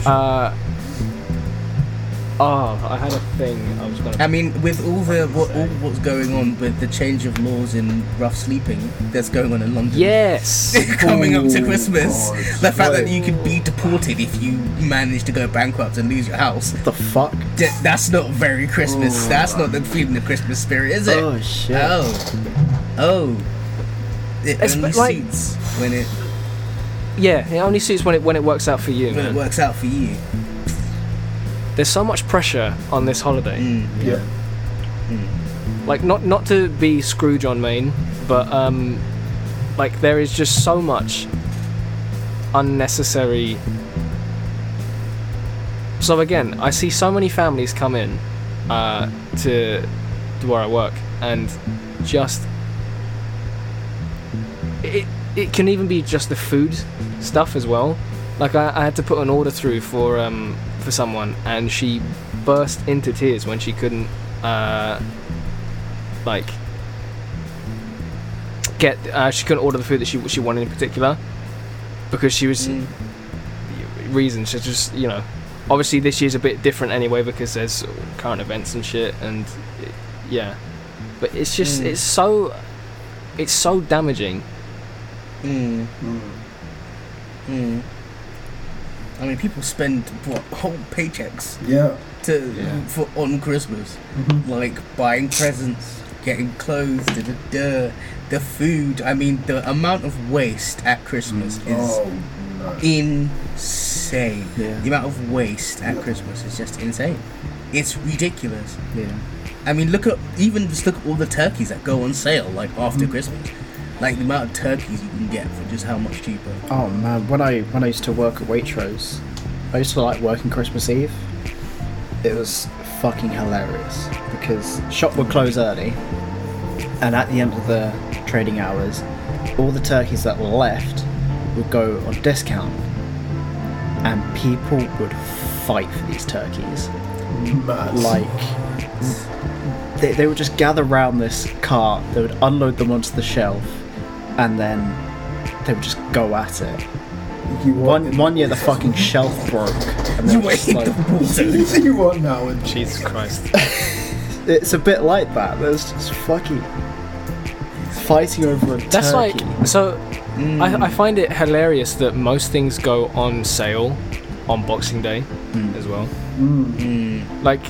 Speaker 3: uh, oh, I had a thing I was gonna.
Speaker 4: I mean, with all the what, all what's going on with the change of laws in rough sleeping that's going on in London.
Speaker 3: Yes.
Speaker 4: *laughs* coming up to
Speaker 5: Oh,
Speaker 4: Christmas.
Speaker 5: God.
Speaker 4: The fact that
Speaker 5: Right.
Speaker 4: you could be deported if you manage to go bankrupt and lose your house.
Speaker 2: The fuck?
Speaker 4: D- that's not very Christmas. that's not the feeling of Christmas spirit, is it?
Speaker 2: Oh shit.
Speaker 4: Oh. Oh. It
Speaker 3: It's
Speaker 4: only
Speaker 3: bit like-
Speaker 4: suits when it
Speaker 3: yeah, it only suits when it when it works out for you.
Speaker 4: when it
Speaker 3: Man.
Speaker 4: works out for you.
Speaker 3: There's so much pressure on this holiday.
Speaker 1: yeah.
Speaker 3: like not not to be Scrooge on main, but um, like there is just so much unnecessary. So again, I see so many families come in uh, to to where I work, and just it it can even be just the food stuff as well. Like I, I had to put an order through for um, for someone, and she burst into tears when she couldn't uh, like get uh, she couldn't order the food that she she wanted in particular because she was
Speaker 4: Mm.
Speaker 3: reasons she just you know obviously this year's a bit different anyway because there's current events and shit and it, yeah but it's just
Speaker 4: Mm.
Speaker 3: it's so it's so damaging
Speaker 4: Mm. Mm. I mean, people spend what whole paychecks
Speaker 1: Yeah.
Speaker 4: to for on Christmas, like buying presents, getting clothes, the the, the the food. I mean, the amount of waste at Christmas is
Speaker 1: Oh no.
Speaker 4: insane.
Speaker 2: Yeah.
Speaker 4: The amount of waste at Christmas is just insane. It's ridiculous.
Speaker 2: Yeah.
Speaker 4: Mm. I mean, look at even just look at all the turkeys that go on sale like after Christmas. Like the amount of turkeys you can get for just how much cheaper.
Speaker 2: Oh man, when I when I used to work at Waitrose, I used to like working Christmas Eve. It was fucking hilarious because shop would close early, and at the end of the trading hours, all the turkeys that were left would go on discount, and people would fight for these turkeys.
Speaker 1: Mad.
Speaker 2: Like they, they would just gather round this cart, they would unload them onto the shelf, and then they would just go at it.
Speaker 1: you
Speaker 2: One one year the fucking shelf broke. And they
Speaker 4: You
Speaker 2: were just
Speaker 4: ate
Speaker 2: like-
Speaker 4: the water.
Speaker 1: you want now and
Speaker 3: Jesus Christ.
Speaker 2: it's a bit like that. There's just fucking fighting over a
Speaker 3: That's
Speaker 2: turkey.
Speaker 3: like so. I, I find it hilarious that most things go on sale on Boxing Day as well. Like,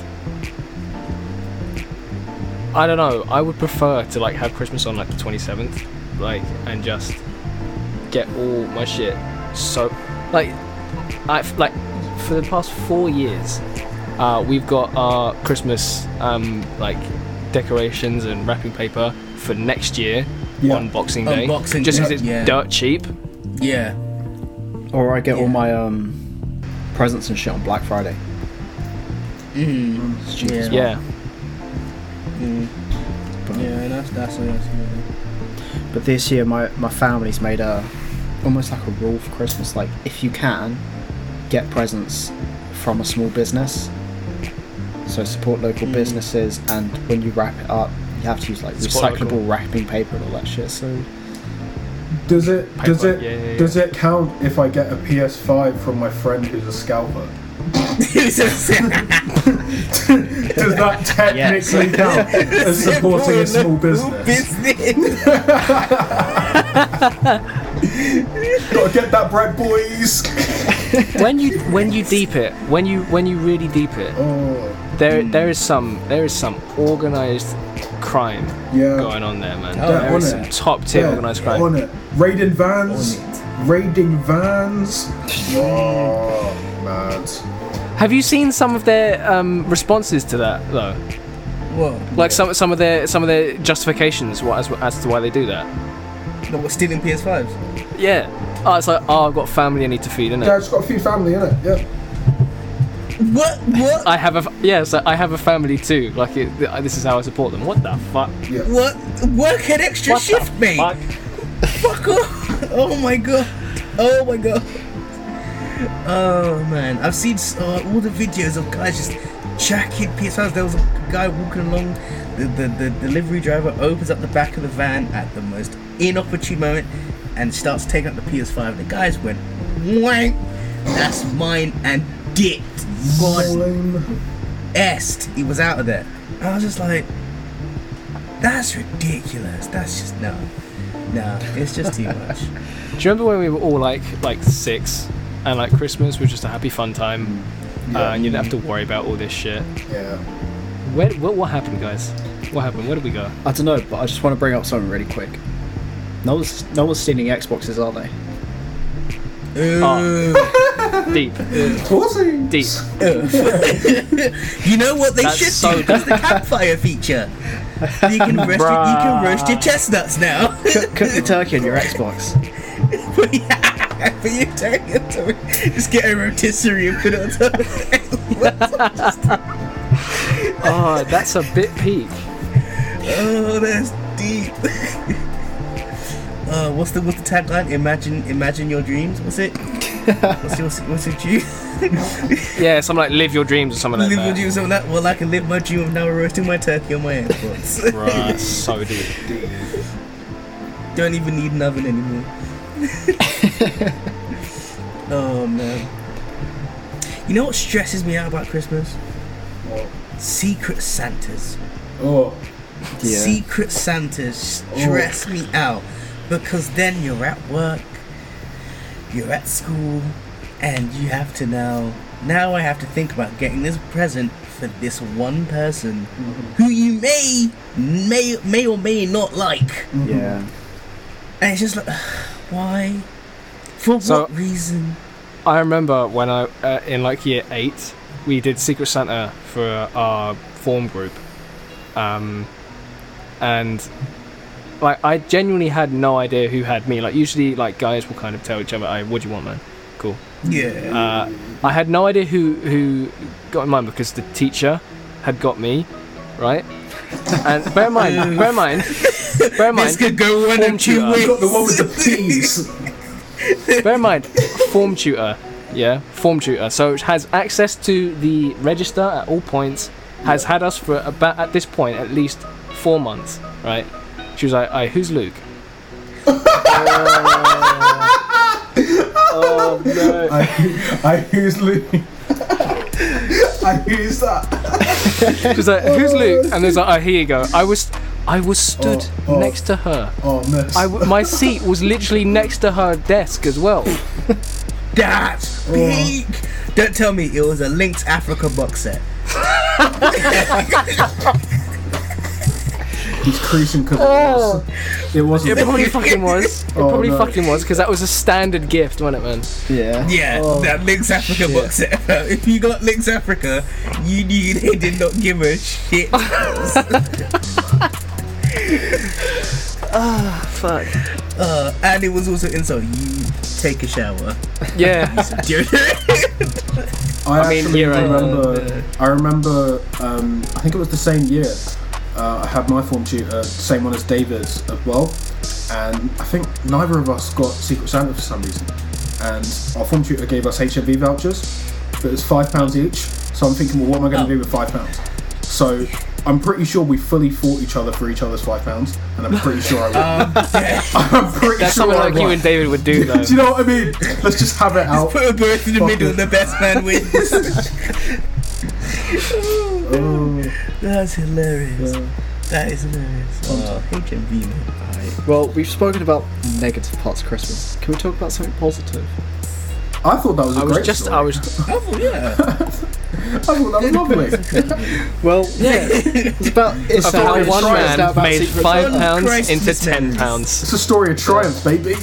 Speaker 3: I don't know. I would prefer to like have Christmas on like the twenty seventh, like, and just get all my shit. So, like, I like for the past four years, uh, we've got our Christmas um, like decorations and wrapping paper for next year
Speaker 1: Yeah.
Speaker 3: on Boxing
Speaker 4: On
Speaker 3: Day,
Speaker 4: Boxing
Speaker 3: just
Speaker 4: Day,
Speaker 3: because it's
Speaker 4: yeah.
Speaker 3: dirt cheap.
Speaker 4: yeah.
Speaker 2: or I get all
Speaker 4: Yeah.
Speaker 2: my um presents and shit on Black Friday.
Speaker 4: Mm.
Speaker 2: Stupid.
Speaker 4: Yeah.
Speaker 3: Yeah,
Speaker 4: Mm. Yeah, that's that's what that's
Speaker 2: But this year my, my family's made a almost like a rule for Christmas, like if you can, get presents from a small business. So support local businesses and when you wrap it up you have to use like
Speaker 3: Support
Speaker 2: recyclable
Speaker 3: local.
Speaker 2: wrapping paper and all that shit, so
Speaker 1: Does it does it
Speaker 3: Pipeline, yeah, yeah, yeah.
Speaker 1: does it count if I get a PS5 from my friend who's a *laughs* scalper? Does that technically
Speaker 3: *laughs*
Speaker 1: count as supporting a small business?
Speaker 4: *laughs* business.
Speaker 1: Gotta get that bread, *laughs* boys.
Speaker 3: when you when you deep it, when you when you really deep it,
Speaker 1: Oh,
Speaker 3: there there is some there is some organized crime
Speaker 1: yeah.
Speaker 3: going on there, man.
Speaker 4: Yeah,
Speaker 3: there is
Speaker 1: on
Speaker 3: some
Speaker 1: it.
Speaker 3: top tier
Speaker 1: Yeah,
Speaker 3: organized crime.
Speaker 1: On it. Raiding vans. Raiding vans. Oh, mad.
Speaker 3: Have you seen some of their um, responses to that though?
Speaker 4: Whoa.
Speaker 3: Like some some of their some of their justifications what, as as to why they do that.
Speaker 4: No, what, stealing PS5s?
Speaker 3: Yeah. Oh, it's like oh, I've got family I need to feed, innit?
Speaker 1: Yeah, it's got a few family in it. Yeah.
Speaker 4: What? What?
Speaker 3: I have a f- yeah, so I have a family too. Like it, th- this is how I support them. What the fuck?
Speaker 1: Yeah.
Speaker 4: what? Work an extra
Speaker 3: What the
Speaker 4: shift, mate.
Speaker 3: fuck?
Speaker 4: Fuck off. Oh my god. Oh my god. Oh man, I've seen uh, all the videos of guys just jacking PS5s. There was a guy walking along. The, the the delivery driver opens up the back of the van at the most inopportune moment and starts taking up the PS5. The guys went, wank. That's mine and dipped. God
Speaker 1: Lame.
Speaker 4: est he was out of there. And I was just like, that's ridiculous. That's just no, no. It's just too much.
Speaker 3: Do you remember when we were all like like six, and like Christmas was just a happy fun time,
Speaker 1: Mm.
Speaker 3: uh, and you didn't have to worry about all this shit?
Speaker 1: Yeah.
Speaker 3: Where what, what happened, guys? What happened? Where did
Speaker 1: *laughs*
Speaker 3: we go?
Speaker 2: I don't know, but I just want to bring up something really quick. No one's, no one's stealing Xboxes, are they?
Speaker 4: Ooh.
Speaker 3: Oh. Deep,
Speaker 1: Pussy.
Speaker 3: deep.
Speaker 4: you know what they
Speaker 3: That's
Speaker 4: should
Speaker 3: so
Speaker 4: do? That's the campfire feature.
Speaker 3: *laughs*
Speaker 4: You can roast, your, you can roast your chestnuts now. *laughs*
Speaker 2: Cook, *laughs* cook your turkey on your Xbox.
Speaker 4: but yeah, but you don't get to just get a rotisserie and put it on top.
Speaker 3: Oh, that's a bit peak.
Speaker 4: Oh, that's deep. Uh, what's the what's the tagline? Imagine imagine your dreams. What's it? what's your what's your dream? *laughs*
Speaker 3: Yeah, something like live your dreams or something like
Speaker 4: live your
Speaker 3: that.
Speaker 4: dreams of that. Well, I can live my dream of now roasting my turkey on my Xbox.
Speaker 3: Bruh,
Speaker 4: *laughs*
Speaker 3: so deep.
Speaker 4: Don't even need an oven anymore. oh man. You know what stresses me out about Christmas? Secret Santas.
Speaker 1: Oh.
Speaker 2: Yeah.
Speaker 4: Secret Santas stress me out because then you're at work, you're at school, and you have to now. Now I have to think about getting this present for this one person who you may may may or may not like,
Speaker 2: Yeah.
Speaker 4: and it's just like, *sighs* why? For
Speaker 3: So-
Speaker 4: what reason?
Speaker 3: I remember when I uh, in like year eight, we did Secret Santa for our form group, um, and like I genuinely had no idea who had me. Like usually, like guys will kind of tell each other, "I what do you want, man?" Cool.
Speaker 4: Yeah.
Speaker 3: Uh, I had no idea who who got in mind because the teacher had got me, right? And bear in mind, bear in mind, bear
Speaker 4: *laughs*
Speaker 3: in mind,
Speaker 4: This could go one
Speaker 3: form
Speaker 4: of two
Speaker 3: tutor.
Speaker 4: ways.
Speaker 1: You got the one with the peas.
Speaker 3: bear in mind, form tutor, yeah, form tutor. So it has access to the register at all points. Has had us for about at this point at least four months, right? She was like, "I who's Luke?" oh no!
Speaker 1: I, I use Luke. *laughs* I use that.
Speaker 3: She's like, "Who's Luke?" And there's like, "Oh, here you go." I was, I was stood
Speaker 1: Oh, oh.
Speaker 3: next to her.
Speaker 1: Oh, miss.
Speaker 3: I w- my seat was literally next to her desk as well.
Speaker 4: That's peak. Don't tell me it was a linked Africa box set.
Speaker 1: He's creasing because oh. it wasn't.
Speaker 3: It
Speaker 1: It wasn't.
Speaker 3: probably fucking was. It
Speaker 1: Oh,
Speaker 3: probably
Speaker 1: no.
Speaker 3: fucking was because that was a standard gift, wasn't it, man?
Speaker 2: Yeah.
Speaker 4: Yeah, that Link's Africa box set. *laughs* If you got Link's Africa, you knew they did not give a *laughs* shit.
Speaker 3: Fuck.
Speaker 4: Uh, and it was also insult. You take a shower.
Speaker 1: *laughs*
Speaker 3: Yeah.
Speaker 4: During-
Speaker 1: I,
Speaker 3: I mean,
Speaker 1: actually
Speaker 3: yeah, right.
Speaker 1: remember. I remember. Um, I think it was the same year. Uh, I had my form tutor, same one as David's as well, and I think neither of us got Secret Santa for some reason. And our form tutor gave us HIV vouchers, but it's five pounds each. So I'm thinking, well, what am I
Speaker 3: Oh.
Speaker 1: going to do with five pounds? So I'm pretty sure we fully fought each other for each other's five pounds, and I'm pretty
Speaker 3: *laughs*
Speaker 1: sure I won. *laughs* I'm pretty
Speaker 3: Um, That's
Speaker 1: sure
Speaker 3: something
Speaker 1: I
Speaker 3: like you
Speaker 1: won.
Speaker 3: and David would do, though.
Speaker 1: *laughs* do you know what I mean? Let's just have it out.
Speaker 4: Put a birth in the
Speaker 1: Fuck
Speaker 4: middle,
Speaker 1: it.
Speaker 4: the best man wins.
Speaker 1: Oh,
Speaker 4: That's hilarious.
Speaker 1: yeah.
Speaker 4: That is hilarious. Oh, HMV, man.
Speaker 2: Well, we've spoken about negative parts of Christmas. Can we talk about something positive?
Speaker 1: I thought that was a
Speaker 3: I
Speaker 1: great
Speaker 3: was just,
Speaker 1: story.
Speaker 3: I was,
Speaker 4: Oh, yeah.
Speaker 1: I thought that was lovely.
Speaker 2: Well, yeah. *laughs* it's about it's
Speaker 3: I thought
Speaker 2: about
Speaker 3: one
Speaker 2: it's
Speaker 3: man
Speaker 2: about
Speaker 3: made
Speaker 2: Secret
Speaker 3: five
Speaker 2: Santa.
Speaker 3: pounds
Speaker 4: Christ,
Speaker 3: into
Speaker 4: this
Speaker 3: ten
Speaker 4: is-
Speaker 3: pounds.
Speaker 1: It's a story of triumph, baby.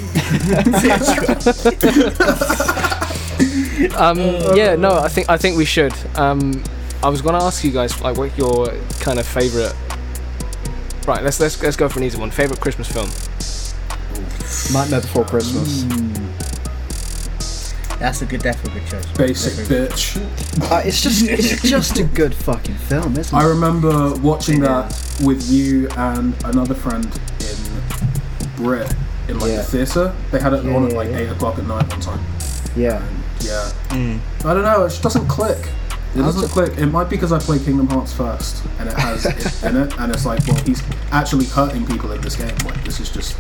Speaker 3: Um, yeah, no, I think I think we should. Um, I was gonna ask you guys like what your kind of favorite. Right, let's let's let's go for an easy one. Favorite Christmas film?
Speaker 2: Nightmare Before Christmas.
Speaker 4: That's a good, that's a good choice.
Speaker 1: Basic
Speaker 4: That's a-
Speaker 1: bitch.
Speaker 2: Uh, it's just it's just a good fucking film, isn't
Speaker 1: I
Speaker 2: it?
Speaker 1: remember watching that with you and another friend in Brit in like
Speaker 2: Yeah.
Speaker 1: the theatre. They had it
Speaker 2: Yeah,
Speaker 1: on at
Speaker 2: yeah,
Speaker 1: like
Speaker 2: yeah.
Speaker 1: eight o'clock at night one time.
Speaker 2: yeah.
Speaker 1: Yeah. I don't know. It just doesn't click. It doesn't click. It might be because I play Kingdom Hearts first, and it has it in it, and it's like, well, he's actually hurting people in this game. Like this is just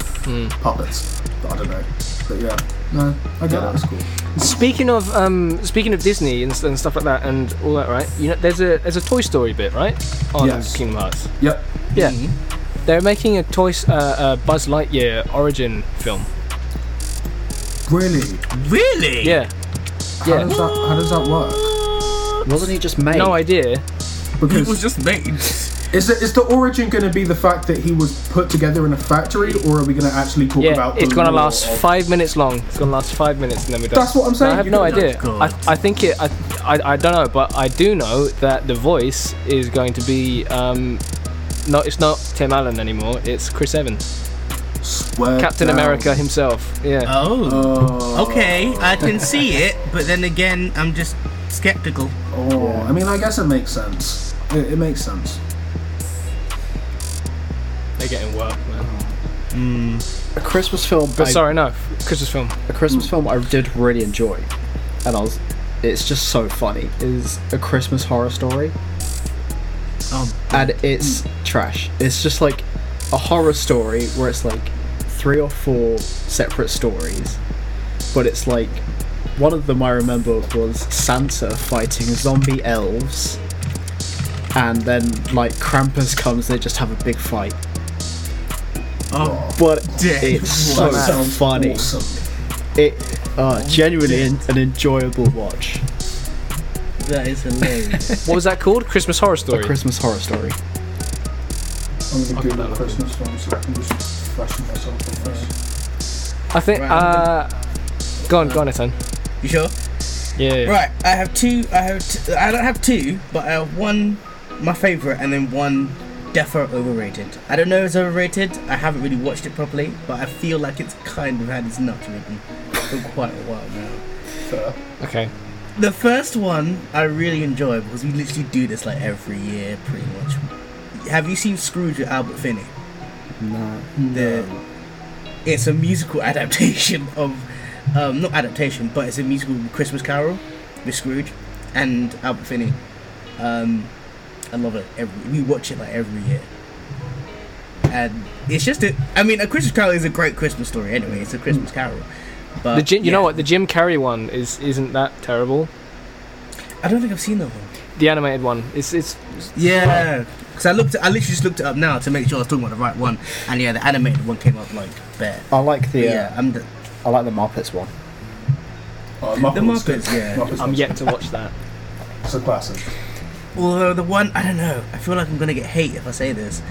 Speaker 1: puppets. But I don't know. But yeah, no, I get that. It's cool.
Speaker 3: Speaking of um, speaking of Disney and, s- and stuff like that and all that, right? You know, there's a there's a Toy Story bit, right? On
Speaker 1: Yes.
Speaker 3: Kingdom Hearts.
Speaker 1: Yep.
Speaker 3: Yeah, they're making a Toy S- uh, a Buzz Lightyear origin film.
Speaker 1: Really?
Speaker 4: Really?
Speaker 3: Yeah,
Speaker 1: How
Speaker 3: yeah.
Speaker 1: does that, how does that work?
Speaker 2: Wasn't he just made?
Speaker 3: No idea.
Speaker 4: It was
Speaker 1: Because
Speaker 4: just made.
Speaker 1: is the, is the origin going to be the fact that he was put together in a factory, or are we going to actually talk
Speaker 3: Yeah,
Speaker 1: about? the
Speaker 3: it's gonna
Speaker 1: lore
Speaker 3: last
Speaker 1: of-
Speaker 3: five minutes long. It's gonna last five minutes and then we're done.
Speaker 1: That's what I'm saying,
Speaker 3: I have
Speaker 1: you
Speaker 3: no
Speaker 1: don't know.
Speaker 3: idea. I,
Speaker 4: God.
Speaker 3: I think it. I, I I don't know, but I do know that the voice is going to be um, not. It's not Tim Allen anymore. It's Chris Evans,
Speaker 1: Swear
Speaker 3: Captain
Speaker 1: down.
Speaker 3: America himself. Yeah.
Speaker 4: Oh.
Speaker 1: Oh,
Speaker 4: Okay, I can see it, but then again, I'm just skeptical.
Speaker 1: Oh, I mean, I guess it makes sense. It, it makes sense.
Speaker 3: They're getting work, man.
Speaker 2: A Christmas film.
Speaker 3: But
Speaker 2: I-
Speaker 3: Oh, sorry, no. Christmas film.
Speaker 2: a Christmas film I did really enjoy, and I was. It's just so funny. Is a Christmas horror story,
Speaker 4: Oh,
Speaker 2: and it's trash. It's just like a horror story where it's like three or four separate stories, but it's like one of them I remember was Santa fighting zombie elves, and then like Krampus comes. They just have a big fight,
Speaker 4: oh.
Speaker 2: but
Speaker 4: Damn.
Speaker 2: it's so
Speaker 1: That sounds
Speaker 2: funny.
Speaker 1: Awesome.
Speaker 2: It uh, genuinely an, an enjoyable watch.
Speaker 4: that is hilarious.
Speaker 3: What was that called? Christmas Horror Story.
Speaker 2: A Christmas horror story.
Speaker 1: I'm gonna
Speaker 3: Okay,
Speaker 1: Google
Speaker 3: that-
Speaker 1: Christmas film so I can just freshen myself on this.
Speaker 3: I think.
Speaker 4: Right.
Speaker 3: Uh, go on, go on, Ethan.
Speaker 4: *laughs* you sure?
Speaker 3: Yeah. yeah.
Speaker 4: Right, I have two. I have. T- I don't have two, but I have one, my favorite, and then one defo overrated. I don't know if it's overrated. I haven't really watched it properly, but I feel like it's kind of had its nuts ridden for quite a while now.
Speaker 1: Fair.
Speaker 3: Okay.
Speaker 4: The first one I really enjoy because we literally do this like every year, pretty much. Have you seen Scrooge with Albert Finney?
Speaker 2: No.
Speaker 4: The it's a musical adaptation of, um, not adaptation, but it's a musical Christmas Carol with Scrooge and Albert Finney. Um, I love it. Every we watch it like every year, and it's just a. I mean, a Christmas Carol is a great Christmas story anyway. It's a
Speaker 2: Hmm.
Speaker 4: Christmas Carol. But
Speaker 3: The Jim, you know
Speaker 4: Uh, yeah.
Speaker 3: what? The Jim Carrey one is isn't that terrible.
Speaker 4: I don't think I've seen that one.
Speaker 3: The animated one. It's it's
Speaker 4: Yeah, because I looked, I literally just looked it up now to make sure I was talking about the right one, and yeah, the animated one came up like bare.
Speaker 2: I like the
Speaker 4: But
Speaker 2: uh,
Speaker 4: yeah, I'm the,
Speaker 2: I like the Muppets one.
Speaker 1: Uh, Muppet
Speaker 4: the
Speaker 1: was good.
Speaker 4: Muppets. Yeah,
Speaker 1: Muppets
Speaker 3: I'm
Speaker 1: was
Speaker 3: yet to watch that.
Speaker 1: good. It's a classic.
Speaker 4: although the one I don't know, I feel like I'm gonna get hate if I say this,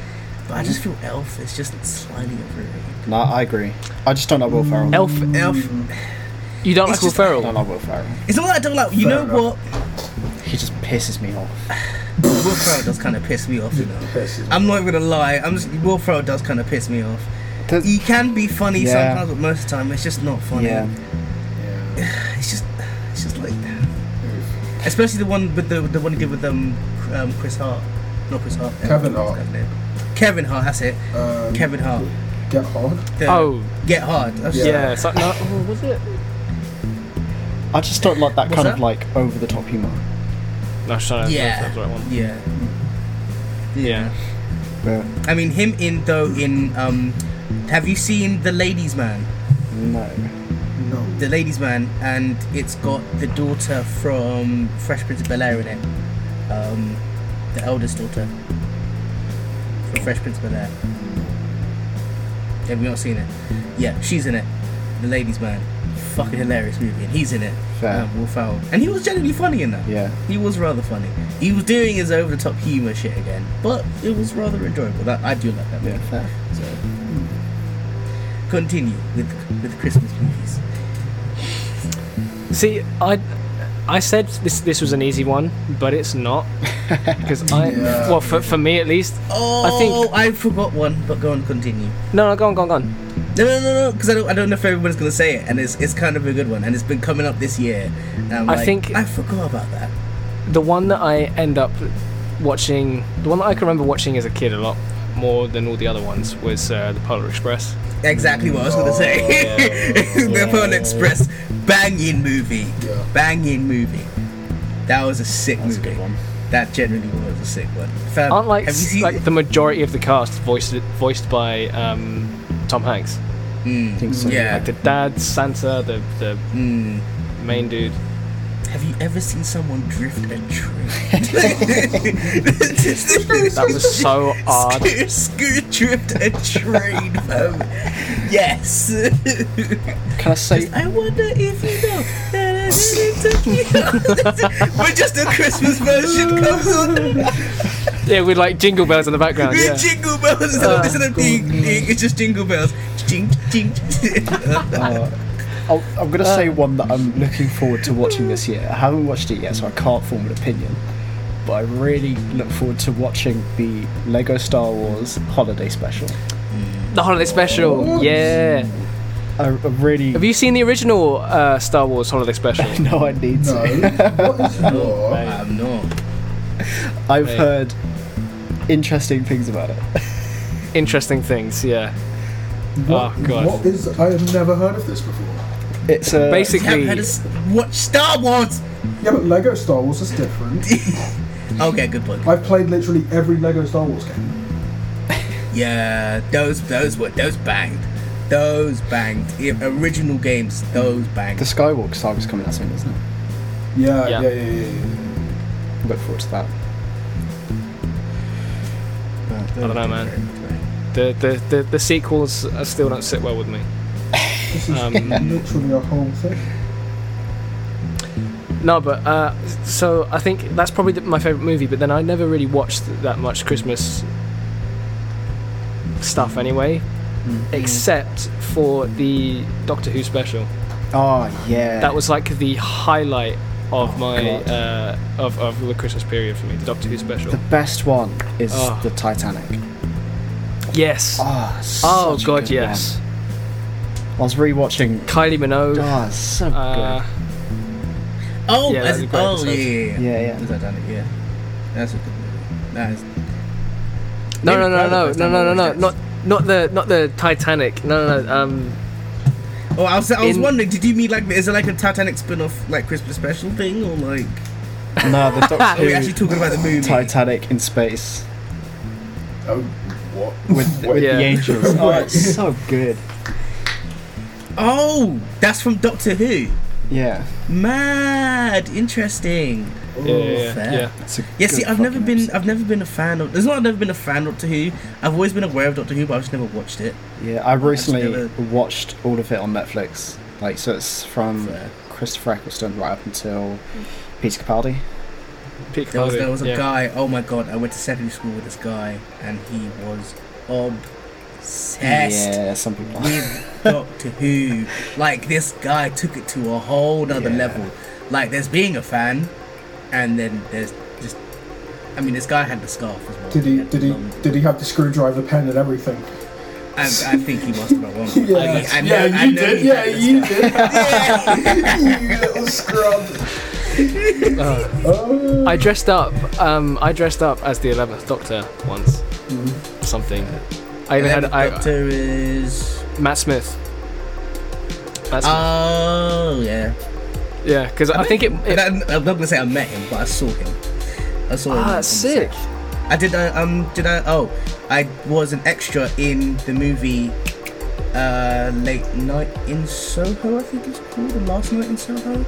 Speaker 4: but I just feel Elf is just slightly overrated.
Speaker 2: No, I agree. I just don't like Will Ferrell.
Speaker 3: Elf.
Speaker 4: Elf,
Speaker 3: You don't like
Speaker 4: It's
Speaker 3: Will
Speaker 4: just-
Speaker 2: I don't
Speaker 3: Ferrell.
Speaker 2: like Will Ferrell.
Speaker 4: it's not that I don't like. You know
Speaker 1: Fair
Speaker 4: what?
Speaker 2: He just pisses me off.
Speaker 4: Will Ferrell does kind of piss me off, you know.
Speaker 1: This is-
Speaker 4: I'm not even gonna lie. I'm just Will Ferrell does kind of piss me off.
Speaker 2: Does-
Speaker 4: He can be funny
Speaker 2: Yeah.
Speaker 4: sometimes, but most of the time it's just not funny.
Speaker 2: yeah.
Speaker 1: yeah.
Speaker 4: It's just, it's just like. Especially the one with the the one he did with um, um Chris Hart, not Chris Hart.
Speaker 1: Kevin Hart.
Speaker 4: Kevin Hart. That's it.
Speaker 1: Um,
Speaker 4: Kevin Hart.
Speaker 1: Get hard.
Speaker 4: The
Speaker 3: Oh
Speaker 4: Get Hard. That's
Speaker 3: yeah.
Speaker 4: just-
Speaker 3: so- no, oh, was it?
Speaker 2: I just don't like that
Speaker 4: What's
Speaker 2: kind
Speaker 4: that?
Speaker 2: of like over the top humor.
Speaker 3: No, I was trying to
Speaker 4: Yeah.
Speaker 3: that was the right one.
Speaker 4: yeah.
Speaker 3: Yeah.
Speaker 2: But
Speaker 4: I mean him in though in um. Have you seen The Ladies Man?
Speaker 2: no.
Speaker 1: *laughs* No.
Speaker 4: The Ladies Man, and it's got the daughter from Fresh Prince of Bel Air in it. Um, the eldest daughter from Fresh Prince of Bel Air. Have you not seen it? Yeah, she's in it. The Ladies Man, fucking hilarious movie, and he's in it.
Speaker 2: Fair.
Speaker 4: Um, Will Ferrell, and he was genuinely funny in that.
Speaker 2: Yeah.
Speaker 4: He was rather funny. He was doing his over the top humor shit again, but it was rather enjoyable. That I do like that movie.
Speaker 2: Yeah. Fair.
Speaker 4: So, continue with with Christmas movies.
Speaker 3: See, I I said this this was an easy one, but it's
Speaker 4: *laughs*
Speaker 3: not because I
Speaker 1: Yeah.
Speaker 3: well for, for me at least.
Speaker 4: Oh, I
Speaker 3: think-
Speaker 4: forgot one, but go on, continue.
Speaker 3: No, no, go on, go on, go on.
Speaker 4: No, no, no, no, because I don't, I don't know if everyone's gonna say it, and it's, it's kind of a good one, and it's been coming up this year. And I'm
Speaker 3: I
Speaker 4: like,
Speaker 3: think-
Speaker 4: I forgot about that.
Speaker 3: The one that I end up watching, the one that I can remember watching as a kid a lot more than all the other ones was uh, the Polar Express.
Speaker 4: Exactly what I was gonna say. *laughs* the Polar Express, banging movie,
Speaker 1: Yeah.
Speaker 4: banging movie. That was a sick
Speaker 2: That's a
Speaker 4: movie.
Speaker 2: good one.
Speaker 4: That generally was a sick one. Fam,
Speaker 3: Aren't like
Speaker 4: have you seen?
Speaker 3: like the majority of the cast voiced voiced by um, Tom Hanks,
Speaker 4: Mm,
Speaker 2: think so.
Speaker 4: Yeah.
Speaker 3: like the dad, Santa, the the
Speaker 4: Mm.
Speaker 3: main dude.
Speaker 4: Have you ever seen someone drift a *laughs* train?
Speaker 3: That
Speaker 4: that
Speaker 3: *laughs* was so odd.
Speaker 4: Scoot, scoot drift a *laughs* train, fam. Yes.
Speaker 2: Can I say?
Speaker 4: I wonder if you know that I didn't take you. *laughs* But just the Christmas version comes *laughs* on.
Speaker 3: Yeah, with like jingle bells in the background.
Speaker 4: With
Speaker 3: Yeah.
Speaker 4: jingle bells instead of, instead of ding, ding, it's just jingle bells. Jing, jing. *laughs* Oh,
Speaker 2: Uh, I'll, I'm gonna say one that I'm looking forward to watching this year. I haven't watched it yet, so I can't form an opinion. But I really look forward to watching the Lego Star Wars Holiday Special.
Speaker 3: The holiday special. Yeah.
Speaker 2: I, I really *laughs*
Speaker 3: Have you seen the original uh, Star Wars holiday *laughs* special?
Speaker 2: know I need
Speaker 1: No.
Speaker 2: to.
Speaker 1: what *laughs* is your?
Speaker 4: I'm not.
Speaker 2: I've
Speaker 3: Right.
Speaker 2: heard interesting things about it.
Speaker 3: Interesting things. Yeah.
Speaker 1: What,
Speaker 3: oh god.
Speaker 1: what is? I have never heard of this before.
Speaker 2: It's a
Speaker 4: You haven't
Speaker 3: Basically,
Speaker 4: had us watch Star Wars.
Speaker 1: Yeah, but Lego Star Wars is different.
Speaker 4: *laughs* Okay, good point.
Speaker 1: I've played literally every Lego Star Wars game.
Speaker 4: Yeah, those those were those banged. Those banged. The original games, those banged.
Speaker 2: the Skywalker saga's coming out soon, isn't it?
Speaker 1: Yeah,
Speaker 3: Yeah.
Speaker 1: yeah, yeah, yeah. yeah,
Speaker 2: Look forward to that.
Speaker 3: I don't know, man. The, the the the sequels uh, still don't sit well with me.
Speaker 1: yeah. This is
Speaker 4: *laughs*
Speaker 3: Um,
Speaker 1: literally a whole thing.
Speaker 3: No, but uh, so I think that's probably the, my favorite movie. But then I never really watched that much Christmas stuff anyway, Mm. except for the Doctor Who special.
Speaker 2: Oh yeah.
Speaker 3: That was like the highlight of
Speaker 4: Oh,
Speaker 3: my uh, of of the Christmas period for me, the Doctor Who
Speaker 4: Mm.
Speaker 3: special.
Speaker 2: The best one is
Speaker 3: Oh.
Speaker 2: the Titanic.
Speaker 3: Yes.
Speaker 2: Oh,
Speaker 3: Oh
Speaker 2: such a
Speaker 3: god,
Speaker 2: good
Speaker 3: yes.
Speaker 2: one. I was rewatching.
Speaker 3: Kylie Minogue.
Speaker 2: Oh, it's so
Speaker 3: Uh, *laughs*
Speaker 4: Oh,
Speaker 3: Yeah, that
Speaker 4: as-
Speaker 3: was a great
Speaker 4: oh,
Speaker 3: episode.
Speaker 4: yeah, yeah,
Speaker 2: good. Yeah, yeah.
Speaker 4: The Titanic, yeah. That's a good movie. That is.
Speaker 3: no,
Speaker 4: Maybe
Speaker 3: no, no,
Speaker 4: Private
Speaker 3: no,
Speaker 4: First
Speaker 3: no,
Speaker 4: Time
Speaker 3: no, no, no,
Speaker 4: Always
Speaker 3: not
Speaker 4: Dance.
Speaker 3: not the not the Titanic. No, no, no. Um,
Speaker 4: Oh, I was, I was
Speaker 3: In-
Speaker 4: wondering, did you mean like, is it like a Titanic spin off, like Christmas special thing, or like.
Speaker 2: No, the
Speaker 4: Are we
Speaker 2: Doctor
Speaker 4: actually
Speaker 2: Who
Speaker 4: talking about the movie?
Speaker 2: Titanic in space
Speaker 1: Oh, what?
Speaker 4: *laughs*
Speaker 2: with, with
Speaker 3: Yeah.
Speaker 2: the angels.
Speaker 3: *laughs*
Speaker 2: Oh, it's so good.
Speaker 4: Oh, that's from Doctor Who.
Speaker 2: Yeah.
Speaker 4: Mad, interesting.
Speaker 3: yeah, yeah, yeah,
Speaker 4: fair.
Speaker 3: yeah.
Speaker 2: It's a
Speaker 4: Yeah,
Speaker 2: good
Speaker 4: see, I've never
Speaker 2: fucking
Speaker 4: been,
Speaker 2: episode.
Speaker 4: I've never been a fan of. There's not, I've never been a fan of Doctor Who. I've always been aware of Doctor Who, but I've just never watched it.
Speaker 2: Yeah, I recently
Speaker 4: never-
Speaker 2: watched all of it on Netflix. Like, so it's from Christopher Eccleston right up until Peter Capaldi.
Speaker 3: Peak
Speaker 4: There was, there
Speaker 3: Harvey,
Speaker 4: was a
Speaker 3: yeah.
Speaker 4: guy. Oh my god, I went to secondary school with this guy, and he was obsessed.
Speaker 2: Yeah, some people.
Speaker 4: with Doctor Who. Like this guy took it to a whole nother
Speaker 2: Yeah.
Speaker 4: level. Like there's being a fan, and then there's just. I mean, this guy had the scarf as well. um,
Speaker 1: Did he?
Speaker 4: had the
Speaker 1: Did he?
Speaker 4: long-
Speaker 1: Did he have the screwdriver, pen, and everything?
Speaker 4: I, I think he must have at one
Speaker 1: *laughs*
Speaker 4: point.
Speaker 1: Yeah,
Speaker 4: I, I know,
Speaker 1: yeah,
Speaker 4: I
Speaker 1: you
Speaker 4: know
Speaker 1: did.
Speaker 4: he
Speaker 1: Yeah,
Speaker 4: had the
Speaker 1: you did. *laughs* you little
Speaker 4: scarf.
Speaker 1: scrub. Oh.
Speaker 3: Uh, I dressed up. Um, I dressed up as the Eleventh Doctor once. Something. I even had
Speaker 4: Mm-hmm. Eleventh
Speaker 3: I,
Speaker 4: Doctor is.
Speaker 3: Matt Smith. Matt Smith.
Speaker 4: Ah. Oh yeah.
Speaker 3: yeah, because I, think it.
Speaker 4: And
Speaker 3: it
Speaker 4: I- I'm not gonna say I met him, but I saw him. I saw him.
Speaker 3: ah,
Speaker 4: on the
Speaker 3: that's sick.
Speaker 4: set. I did. Uh, um, did I? Oh, I was an extra in the movie uh, Late Night in Soho. I think it's called The Last Night in Soho,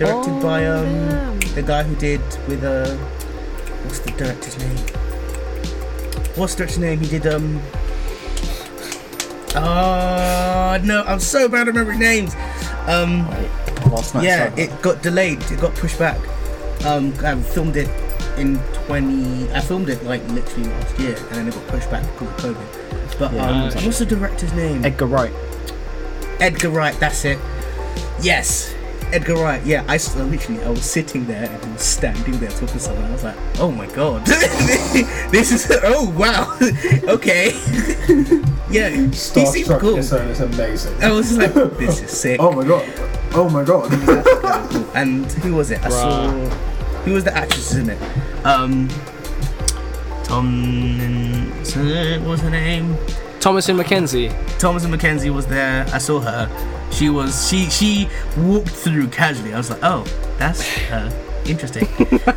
Speaker 4: directed
Speaker 3: Oh,
Speaker 4: by um
Speaker 3: yeah.
Speaker 4: the guy who did with uh, what's the director's name? What's the director's name? He did um. Oh no, I'm so bad at remembering names. Um.
Speaker 2: Like, *laughs* last night.
Speaker 4: Yeah,
Speaker 2: sorry.
Speaker 4: it got delayed. It got pushed back. Um, I filmed it in 20. I filmed it like literally last year, and then it got pushed back because of COVID. But
Speaker 2: Yeah,
Speaker 4: um,
Speaker 3: nice.
Speaker 4: what's the director's name?
Speaker 2: Edgar Wright.
Speaker 4: Edgar Wright. That's it. Yes, Edgar Wright. Yeah, I s- literally I was sitting there and he was standing there talking to someone. I was like, oh my god, *laughs* this is oh wow, *laughs* okay, *laughs* yeah. He seemed
Speaker 1: Starstruck
Speaker 4: cool. Oh.
Speaker 1: is, uh, is amazing.
Speaker 4: I was
Speaker 1: *laughs*
Speaker 4: just like, this is sick.
Speaker 1: Oh my god. Oh my
Speaker 4: *laughs*
Speaker 1: god.
Speaker 4: and who was it? I saw
Speaker 3: Bruh.
Speaker 4: who was the actress in it? Um, Tom. What was her name?
Speaker 3: Thomas and *laughs* Mackenzie.
Speaker 4: Thomas and Mackenzie was there. I saw her. She was she she walked through casually. I was like, oh, that's her. Interesting.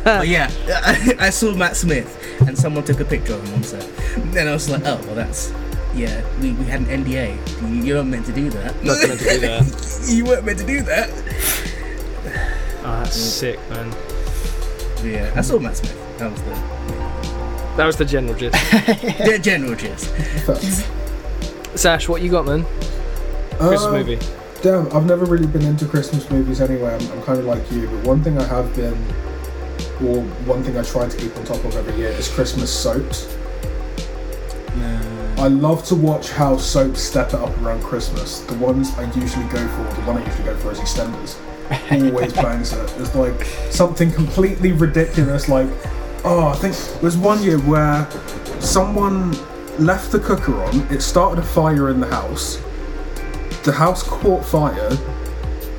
Speaker 4: but yeah, *laughs* I, saw Matt Smith and someone took a picture of him on set. And I was like, oh, well, that's yeah. We, we had an NDA. You, you're not meant to do that.
Speaker 3: Not meant to do
Speaker 4: that. *laughs* you weren't meant to do that.
Speaker 3: Ah, that's sick, man.
Speaker 4: But yeah, I saw Matt Smith. That was the
Speaker 3: That was the general *laughs* gist.
Speaker 4: the general gist.
Speaker 3: Sash, what you got, man? Christmas
Speaker 1: Uh,
Speaker 3: movie.
Speaker 1: Damn, I've never really been into Christmas movies anyway. I'm, I'm kind of like you, but one thing I have been, or one thing I try to keep on top of every year is Christmas soaps. I love to watch how soaps step it up around Christmas. The ones I usually go for, the one I usually go for is
Speaker 2: *laughs*
Speaker 1: EastEnders. Always bangs it. It's like something completely ridiculous. Like, oh, I think there was one year where someone left the cooker on. It started a fire in the house. The house caught fire.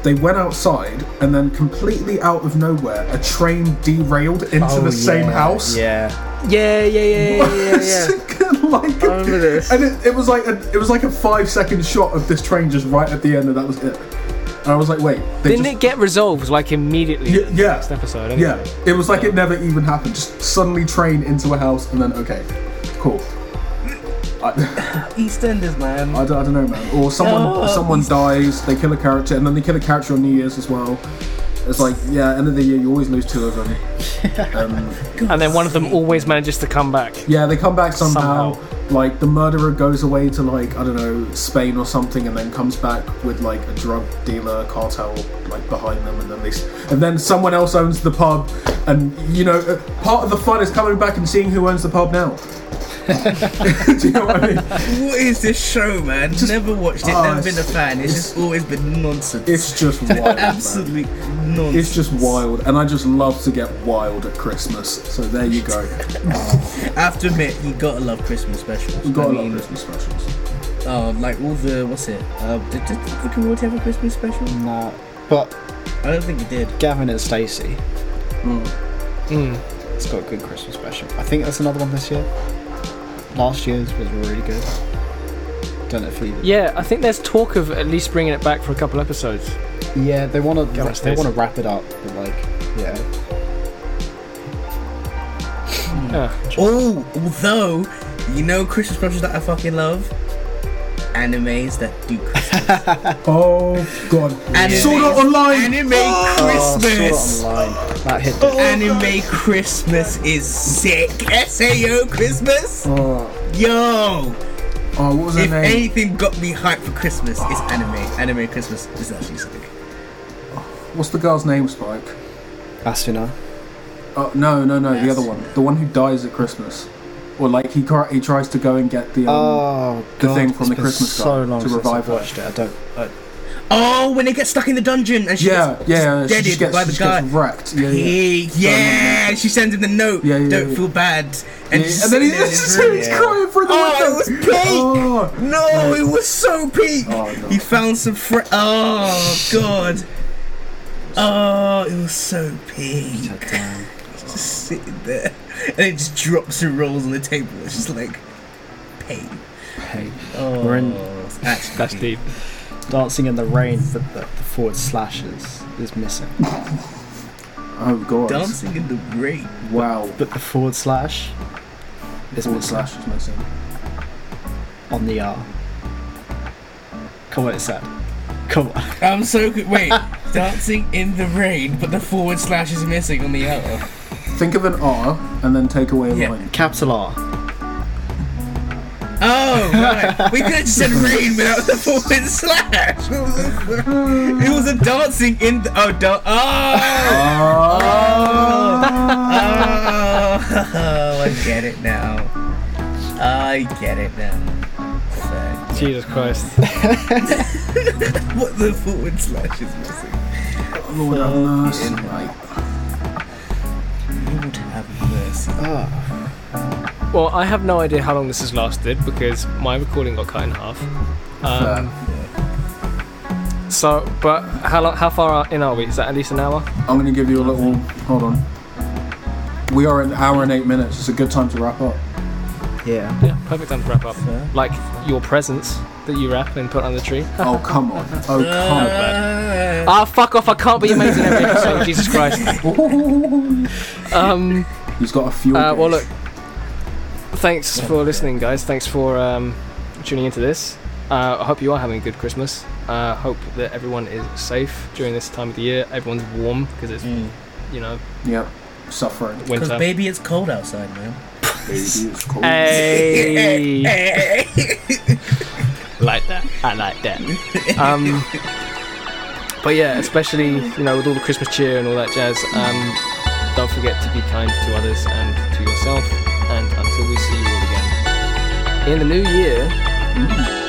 Speaker 1: They went outside, and then completely out of nowhere, a train derailed into
Speaker 2: Oh,
Speaker 1: the same
Speaker 2: yeah,
Speaker 1: house.
Speaker 2: Yeah.
Speaker 3: Yeah, yeah, yeah,
Speaker 1: *laughs*
Speaker 3: yeah, yeah, yeah.
Speaker 1: like,
Speaker 3: I remember this.
Speaker 1: and it, it was like a, it was like a five second shot of this train just right at the end, and that was it. And I was like, wait, they
Speaker 3: *laughs* Didn't
Speaker 1: just,
Speaker 3: it get resolved like immediately?
Speaker 1: Y-
Speaker 3: in the
Speaker 1: yeah.
Speaker 3: Next episode. Anyway.
Speaker 1: yeah, it was like it never even happened. Just suddenly train into a house, and then okay, cool. I, *laughs*
Speaker 4: EastEnders, man.
Speaker 1: I, don't, I don't know, man. Or
Speaker 3: *laughs*
Speaker 1: someone
Speaker 3: Oh.
Speaker 4: No.
Speaker 1: someone dies, they kill a character, and then they kill a character on New Year's as well. It's like yeah, end of the year, you always lose two of them.
Speaker 3: *laughs*
Speaker 1: Um,
Speaker 3: And then one of them always manages to come back.
Speaker 1: Yeah, they come back somehow.
Speaker 3: Somehow.
Speaker 1: Like the murderer goes away to like I don't know Spain or something, and then comes back with like a drug dealer cartel like behind them, and then they s- and then someone else owns the pub, and you know uh, part of the fun is coming back and seeing who owns the pub now. *laughs* Do you know what I mean?
Speaker 4: What is this show, man? never watched it,
Speaker 1: oh,
Speaker 4: never been a
Speaker 1: it's-
Speaker 4: fan. It's just always been nonsense.
Speaker 1: It's just wild. man.
Speaker 4: Absolute nonsense.
Speaker 1: It's just wild, and I just love to get wild at Christmas. So there you go.
Speaker 4: I have to admit, you gotta love Christmas specials.
Speaker 1: We've got
Speaker 4: I
Speaker 1: a lot of
Speaker 4: mean,
Speaker 1: Christmas specials.
Speaker 4: uh, like all the what's it? Uh, did, did Rick and Morty have a Christmas special?
Speaker 2: Nah. But
Speaker 4: I don't think it did.
Speaker 2: Gavin and Stacey,
Speaker 3: Mm.
Speaker 2: it's got a good Christmas special. I think that's another one this year. Last year's was really good. Don't know if you.
Speaker 3: Yeah, I think there's talk of at least bringing it back for a couple episodes.
Speaker 2: Yeah, they want to.
Speaker 3: Gavin and
Speaker 2: They
Speaker 3: Stacey.
Speaker 2: want to wrap it up, but like, yeah.
Speaker 3: Ah,
Speaker 4: Oh, although you know Christmas specials that I fucking love, animes that do Christmas.
Speaker 1: Oh God!
Speaker 4: Anime.
Speaker 1: Sword Art Online.
Speaker 4: anime
Speaker 2: Oh,
Speaker 4: Christmas.
Speaker 2: saw it online. That hit. The,
Speaker 4: Anime Christmas is sick. Sao Christmas.
Speaker 1: Oh,
Speaker 4: Yo,
Speaker 1: oh, what was her
Speaker 4: if
Speaker 1: name?
Speaker 4: anything got me hyped for Christmas, it's anime. Anime Christmas is actually sick.
Speaker 1: What's the girl's name, Spike?
Speaker 2: Asuna.
Speaker 1: Oh no, no, no, the
Speaker 4: Yes.
Speaker 1: other one, the one who dies at Christmas, or like he cr- he tries to go and get the. Um,
Speaker 4: Uh,
Speaker 2: Oh
Speaker 1: the
Speaker 2: god,
Speaker 1: thing from
Speaker 2: it's
Speaker 1: the
Speaker 2: been
Speaker 1: Christmas
Speaker 2: so
Speaker 1: guy
Speaker 2: long
Speaker 1: to
Speaker 2: since
Speaker 1: revive
Speaker 2: I've
Speaker 1: her.
Speaker 2: watched it. I don't. I,
Speaker 4: Oh, when they get stuck in the dungeon and she
Speaker 1: yeah,
Speaker 4: gets
Speaker 1: yeah, yeah, she
Speaker 4: deaded
Speaker 1: just gets,
Speaker 4: by the
Speaker 1: she just
Speaker 4: guy.
Speaker 1: gets wrecked. Yeah, yeah.
Speaker 4: He- yeah, she sends him the note.
Speaker 1: Yeah, yeah,
Speaker 4: don't
Speaker 1: yeah.
Speaker 4: feel bad. And,
Speaker 1: Yeah,
Speaker 4: she's
Speaker 1: and then he, *laughs*
Speaker 4: sitting there in his room.
Speaker 1: he's crying for the
Speaker 4: Oh, it
Speaker 1: window.
Speaker 4: was peak.
Speaker 1: Oh,
Speaker 4: No, it was so peak.
Speaker 1: Oh, no.
Speaker 4: He found some fr. Oh god. Oh, it was so peak.
Speaker 2: um,
Speaker 4: Just sitting there, and it just drops and rolls on the table. It's just like pain.
Speaker 2: hey,
Speaker 4: Oh,
Speaker 2: We're in-
Speaker 4: it's actually
Speaker 3: that's
Speaker 4: peak.
Speaker 3: deep.
Speaker 2: dancing in the rain, but the, the forward slashes is missing.
Speaker 1: oh God!
Speaker 4: Dancing in the rain.
Speaker 1: Wow.
Speaker 2: But the forward slash is
Speaker 1: Forward
Speaker 2: missing
Speaker 1: slash is missing.
Speaker 2: on the R. Come on, it's sad. Come on. *laughs*
Speaker 4: I'm so good. Wait, dancing in the rain, but the forward slash is missing on the hour.
Speaker 1: Think of an R and then take away a
Speaker 4: Yeah.
Speaker 1: line.
Speaker 2: Capital R.
Speaker 4: Oh, right. we could have just said rain without the forward slash. it was a dancing in the. Oh, da- oh!
Speaker 1: Uh, Ah.
Speaker 4: oh! I get it now. I get it now. Fuck.
Speaker 3: Jesus Christ.
Speaker 4: *laughs* What the forward slash is missing?
Speaker 1: oh, Lord have mercy.
Speaker 4: Right. Lord have mercy.
Speaker 3: Well, I have no idea how long this has lasted because my recording got cut in half. Um, so, but how long, how far are- in are we? Is that at least an hour?
Speaker 1: I'm going to give you a little. Hold on. We are an hour and eight minutes. It's a good time to wrap up.
Speaker 2: Yeah.
Speaker 3: Yeah, perfect time to wrap up.
Speaker 4: Fair.
Speaker 3: Like your presents that you wrap and put on the tree.
Speaker 1: Oh come on! Oh come
Speaker 4: Uh,
Speaker 3: Ah, fuck off! I can't be amazing every episode. Jesus Christ.
Speaker 1: on!
Speaker 3: Um.
Speaker 1: He's got a fuel.
Speaker 3: Uh, well,
Speaker 1: gauge.
Speaker 3: look. Thanks for listening, guys. Thanks for um, tuning into this. Uh, I hope you are having a good Christmas. Uh, hope that everyone is safe during this time of the year. Everyone's warm because it's you know
Speaker 1: Yep. Suffering.
Speaker 4: Because
Speaker 3: winter.
Speaker 4: Mm. baby, it's cold outside, man.
Speaker 1: Baby is cold.
Speaker 3: Hey, like that. I like that. *laughs* Um, but yeah, especially you know with all the Christmas cheer and all that jazz. Um, don't forget to be kind to others and to yourself. And until we see you all again in the new year.
Speaker 1: Mm.